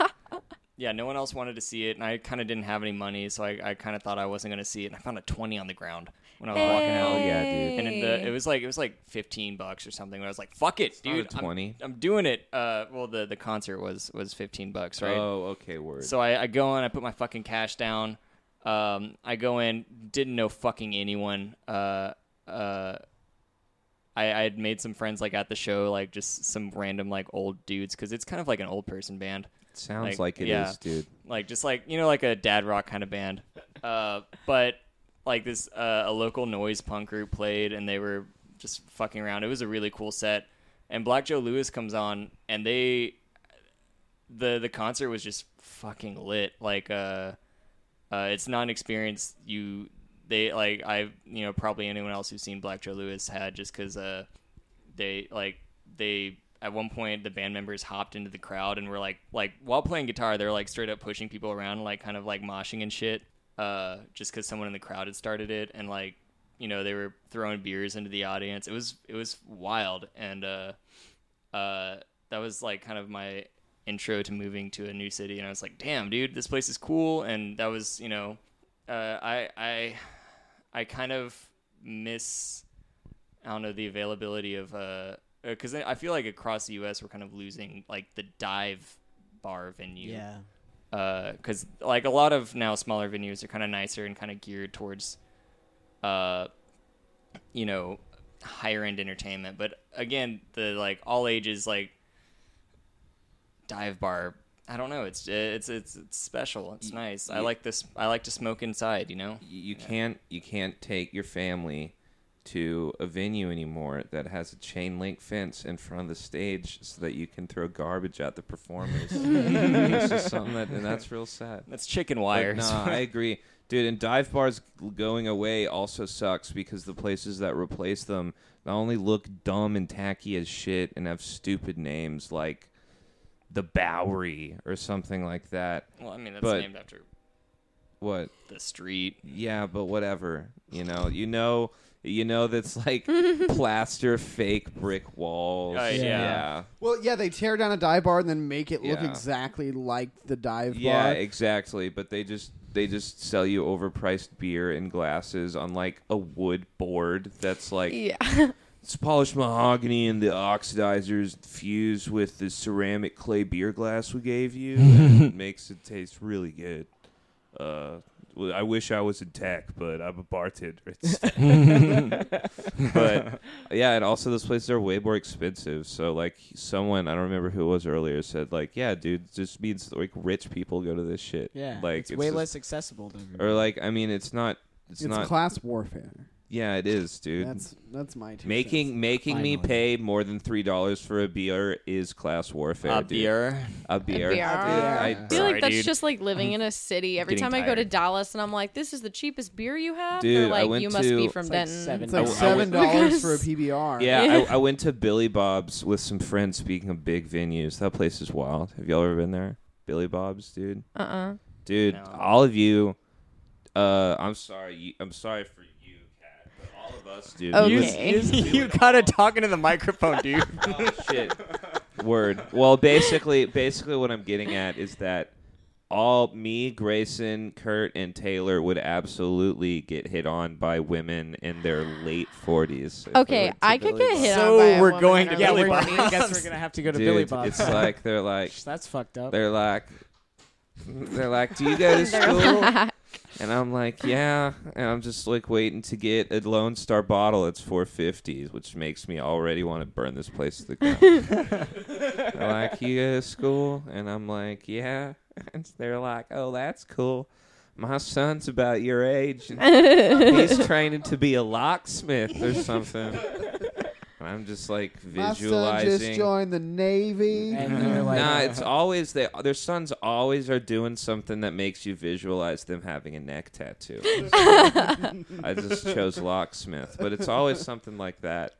Yeah, no one else wanted to see it, and I kind of didn't have any money, so I, I kind of thought I wasn't going to see it. And I found a twenty on the ground when I was walking out.
yeah, dude.
And it, the, it was like it was like fifteen bucks or something. And I was like, "Fuck it,
not a
dude! I'm-
20.
I'm, doing it." Uh, well, the the concert was was fifteen bucks, right?
Oh, okay, word.
So I, I go in, I put my fucking cash down. Um, I go in, didn't know fucking anyone. Uh, uh, I, I had made some friends like at the show, like just some random like old dudes, because it's kind of like an old person band,
sounds
like,
like, it is,
yeah.
dude.
like just like you know like a dad rock kind of band. Uh, but like this uh, a local noise punk group played, and they were just fucking around. It was a really cool set. And Black Joe Lewis comes on, and they the the concert was just fucking lit. Like uh, uh it's not an experience you they like I you know probably anyone else who's seen Black Joe Lewis had just because uh they like they at one point the band members hopped into the crowd and were like like while playing guitar they were like straight up pushing people around like kind of like moshing and shit uh just because someone in the crowd had started it and like you know they were throwing beers into the audience it was it was wild and uh uh that was like kind of my intro to moving to a new city and i was like damn dude this place is cool and that was you know uh i i i kind of miss I don't know the availability of uh because I feel like across the U.S. we're kind of losing like the dive bar venue.
Yeah.
Because uh, like a lot of now smaller venues are kind of nicer and kind of geared towards, uh, you know, higher end entertainment. But again, the like all ages like dive bar. I don't know. It's it's it's, it's special. It's nice. I like this. I like to smoke inside. You know.
you you can't you can't take your family to a venue anymore that has a chain link fence in front of the stage so that you can throw garbage at the performers. this is something that, and that's real sad.
That's chicken
But
wires.
nah, I agree, dude. And dive bars going away also sucks because the places that replace them not only look dumb and tacky as shit and have stupid names like the Bowery or something like that.
well, I mean that's
but-
named after
What?
the street.
Yeah, but whatever. You know, you know, you know that's like plaster fake brick walls.
Oh, yeah.
yeah.
Well, yeah, they tear down a dive bar and then make it look
Yeah.
exactly like the dive
Yeah,
bar.
exactly. But they just they just sell you overpriced beer in glasses on like a wood board that's like
Yeah.
it's polished mahogany and the oxidizers fused with the ceramic clay beer glass we gave you. and it makes it taste really good. Uh, well, I wish I was in tech, but I'm a bartender. instead. but yeah, and also those places are way more expensive. So like someone I don't remember who it was earlier said like, yeah, dude, just means like rich people go to this shit.
Yeah.
like
it's, way
just-
less accessible to everybody.
Or like I mean, it's not. It's,
It's,
not.
class warfare.
yeah, it is, dude.
That's that's my two
Making
cents.
making me
Finally.
pay more than three dollars for a beer is class warfare.
Uh,
dude.
beer.
a beer,
beer.
I,
I feel
Sorry,
like that's
dude.
just like living in a city. Every
getting
time I go to
tired.
Dallas and I'm like, this is the cheapest beer you have? They're
Dude, I
like,
went
you must be
to-
from
It's like
Denton.
seven
it's like
I- I
seven
went-
dollars for a PBR.
yeah,
Yeah.
I, I went to Billy Bob's with some friends. Speaking of big venues, that place is wild. Have y'all ever been there? Billy Bob's, dude.
Uh uh
Dude,
No.
all of you. Uh, I'm sorry. You, I'm sorry for you, Kat, but all of us, dude. we was-
Okay.
you gotta talk into the microphone, dude.
Oh, shit. Word. Well, basically, basically, what I'm getting at is that all me, Grayson, Kurt, and Taylor would absolutely get hit on by women in their late 40s. if they
Okay,
went to
I could
Billy
get
Bob.
hit
So
on by a
we're
woman
going
in
to
her
yeah,
Billy
we're,
late
Bob's.
I
40s.
guess we're gonna have to go to
Dude,
Billy
it's
Bob's.
like they're like
That's fucked up.
they're like they're like, do you go to school? And I'm like, yeah. And I'm just like waiting to get a Lone Star bottle. It's 450, which makes me already want to burn this place to the ground. they're like, you go to school? And I'm like, yeah. And they're like, oh, that's cool. My son's about your age. And he's training to be a locksmith or something. And I'm just like
My
visualizing.
son just joined the navy.
and you're like, uh-huh.
Nah, it's always they, their sons always are doing something that makes you visualize them having a neck tattoo. I just chose locksmith, but it's always something like that.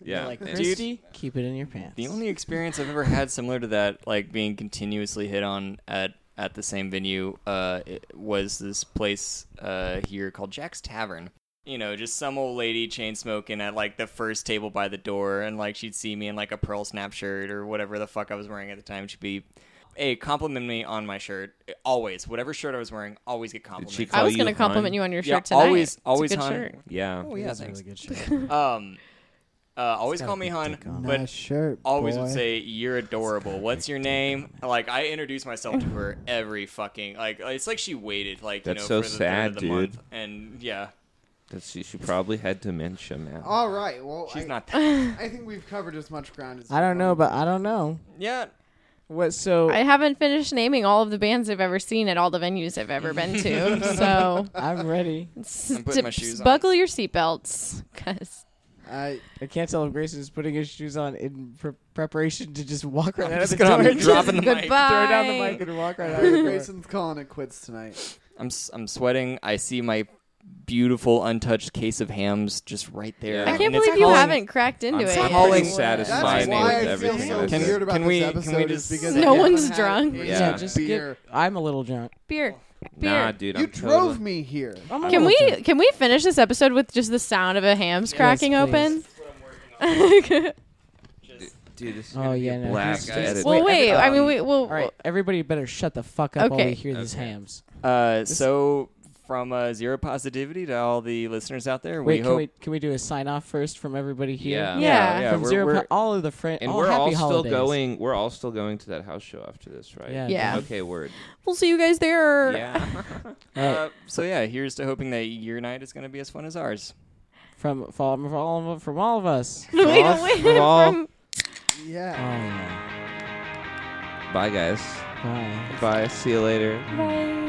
Yeah,
you're like
and-
Christy, keep it in your pants.
The only experience I've ever had similar to that, like being continuously hit on at at the same venue, uh, it was this place uh, here called Jack's Tavern. You know, just some old lady chain smoking at like the first table by the door, and like she'd see me in like a pearl snap shirt or whatever the fuck I was wearing at the time. She'd be, "Hey, compliment me on my shirt always. Whatever shirt I was wearing, always get complimented."
she
I
Call
was
you
going to
hun?
compliment you on your shirt
Yeah,
tonight.
always-
It's
always
a good
hun.
shirt.
yeah.
oh yeah,
That's a
thanks.
really good show.
Um, uh, always call me Hun, but
nice shirt.
always
boy.
would say you're adorable what's your name like i introduce myself to her every fucking like it's like she waited like you
That's
know
so
for the
sad,
third of the
dude.
month and yeah
That's, she, she probably had dementia, man.
Oh,
All right. Well,
she's
I,
not that
I think we've covered as much ground as
I don't know, but I don't know
yeah
what. So
I haven't finished naming all of the bands I've ever seen at all the venues I've ever been to. So
I'm ready.
s-
I'm putting
to-
my shoes
s-
on.
buckle your seatbelts because
I,
I can't tell if Grayson's putting his shoes on in pre- preparation to just walk right out
I'm
of
just
the
gonna
door. and
drop in the mic.
Throw down the
Goodbye.
mic and walk right out of the door.
Grayson's calling it quits tonight.
i'm s- i'm sweating i see my beautiful untouched case of hams just right there.
I
I
And
can't
it's
believe you
calling-
haven't cracked into
I'm
it.
pretty
Calling-
That's
satisfied
Fine,
why
with
I feel
everything.
so
that I
weird
said.
Can
about
can we-
this
can we
episode. is
just-
because
No
I haven't
one's
had
drunk.
a
Yeah.
just
beer.
get. I'm a little drunk.
Beer.
Oh.
Beer.
Nah, dude.
You
I'm
drove
totally-
me here.
I'm a
Can
little
we
drunk.
can we finish this episode with just the sound of a ham's cracking
please.
open?
Dude, this is
Oh,
gonna be
yeah,
a
no,
blast.
here's-
to edit.
well, wait. I mean,
um,
we will.
All right, everybody better shut the fuck up while
Okay.
we hear these
Okay.
hams.
Uh, so from uh, zero positivity to all the listeners out there,
Wait,
we
can
hope
we can we do a sign off first from everybody here?
Yeah.
Yeah.
yeah,
From
we're-
zero
we're-
po- all of the friends.
And
all
we're
Oh, happy
all still
holidays.
going. We're all still going to that house show after this, right?
Yeah.
Yeah.
Okay. Word.
We'll see you guys there.
Yeah.
All right,
Uh, so yeah, here's to hoping that your night is going to be as fun as ours.
from from from all of, from all of us.
Wait,
Off,
wait,
off.
Oh,
from-
Yeah.
yeah.
Bye, guys.
Bye.
Bye. See you later.
Bye.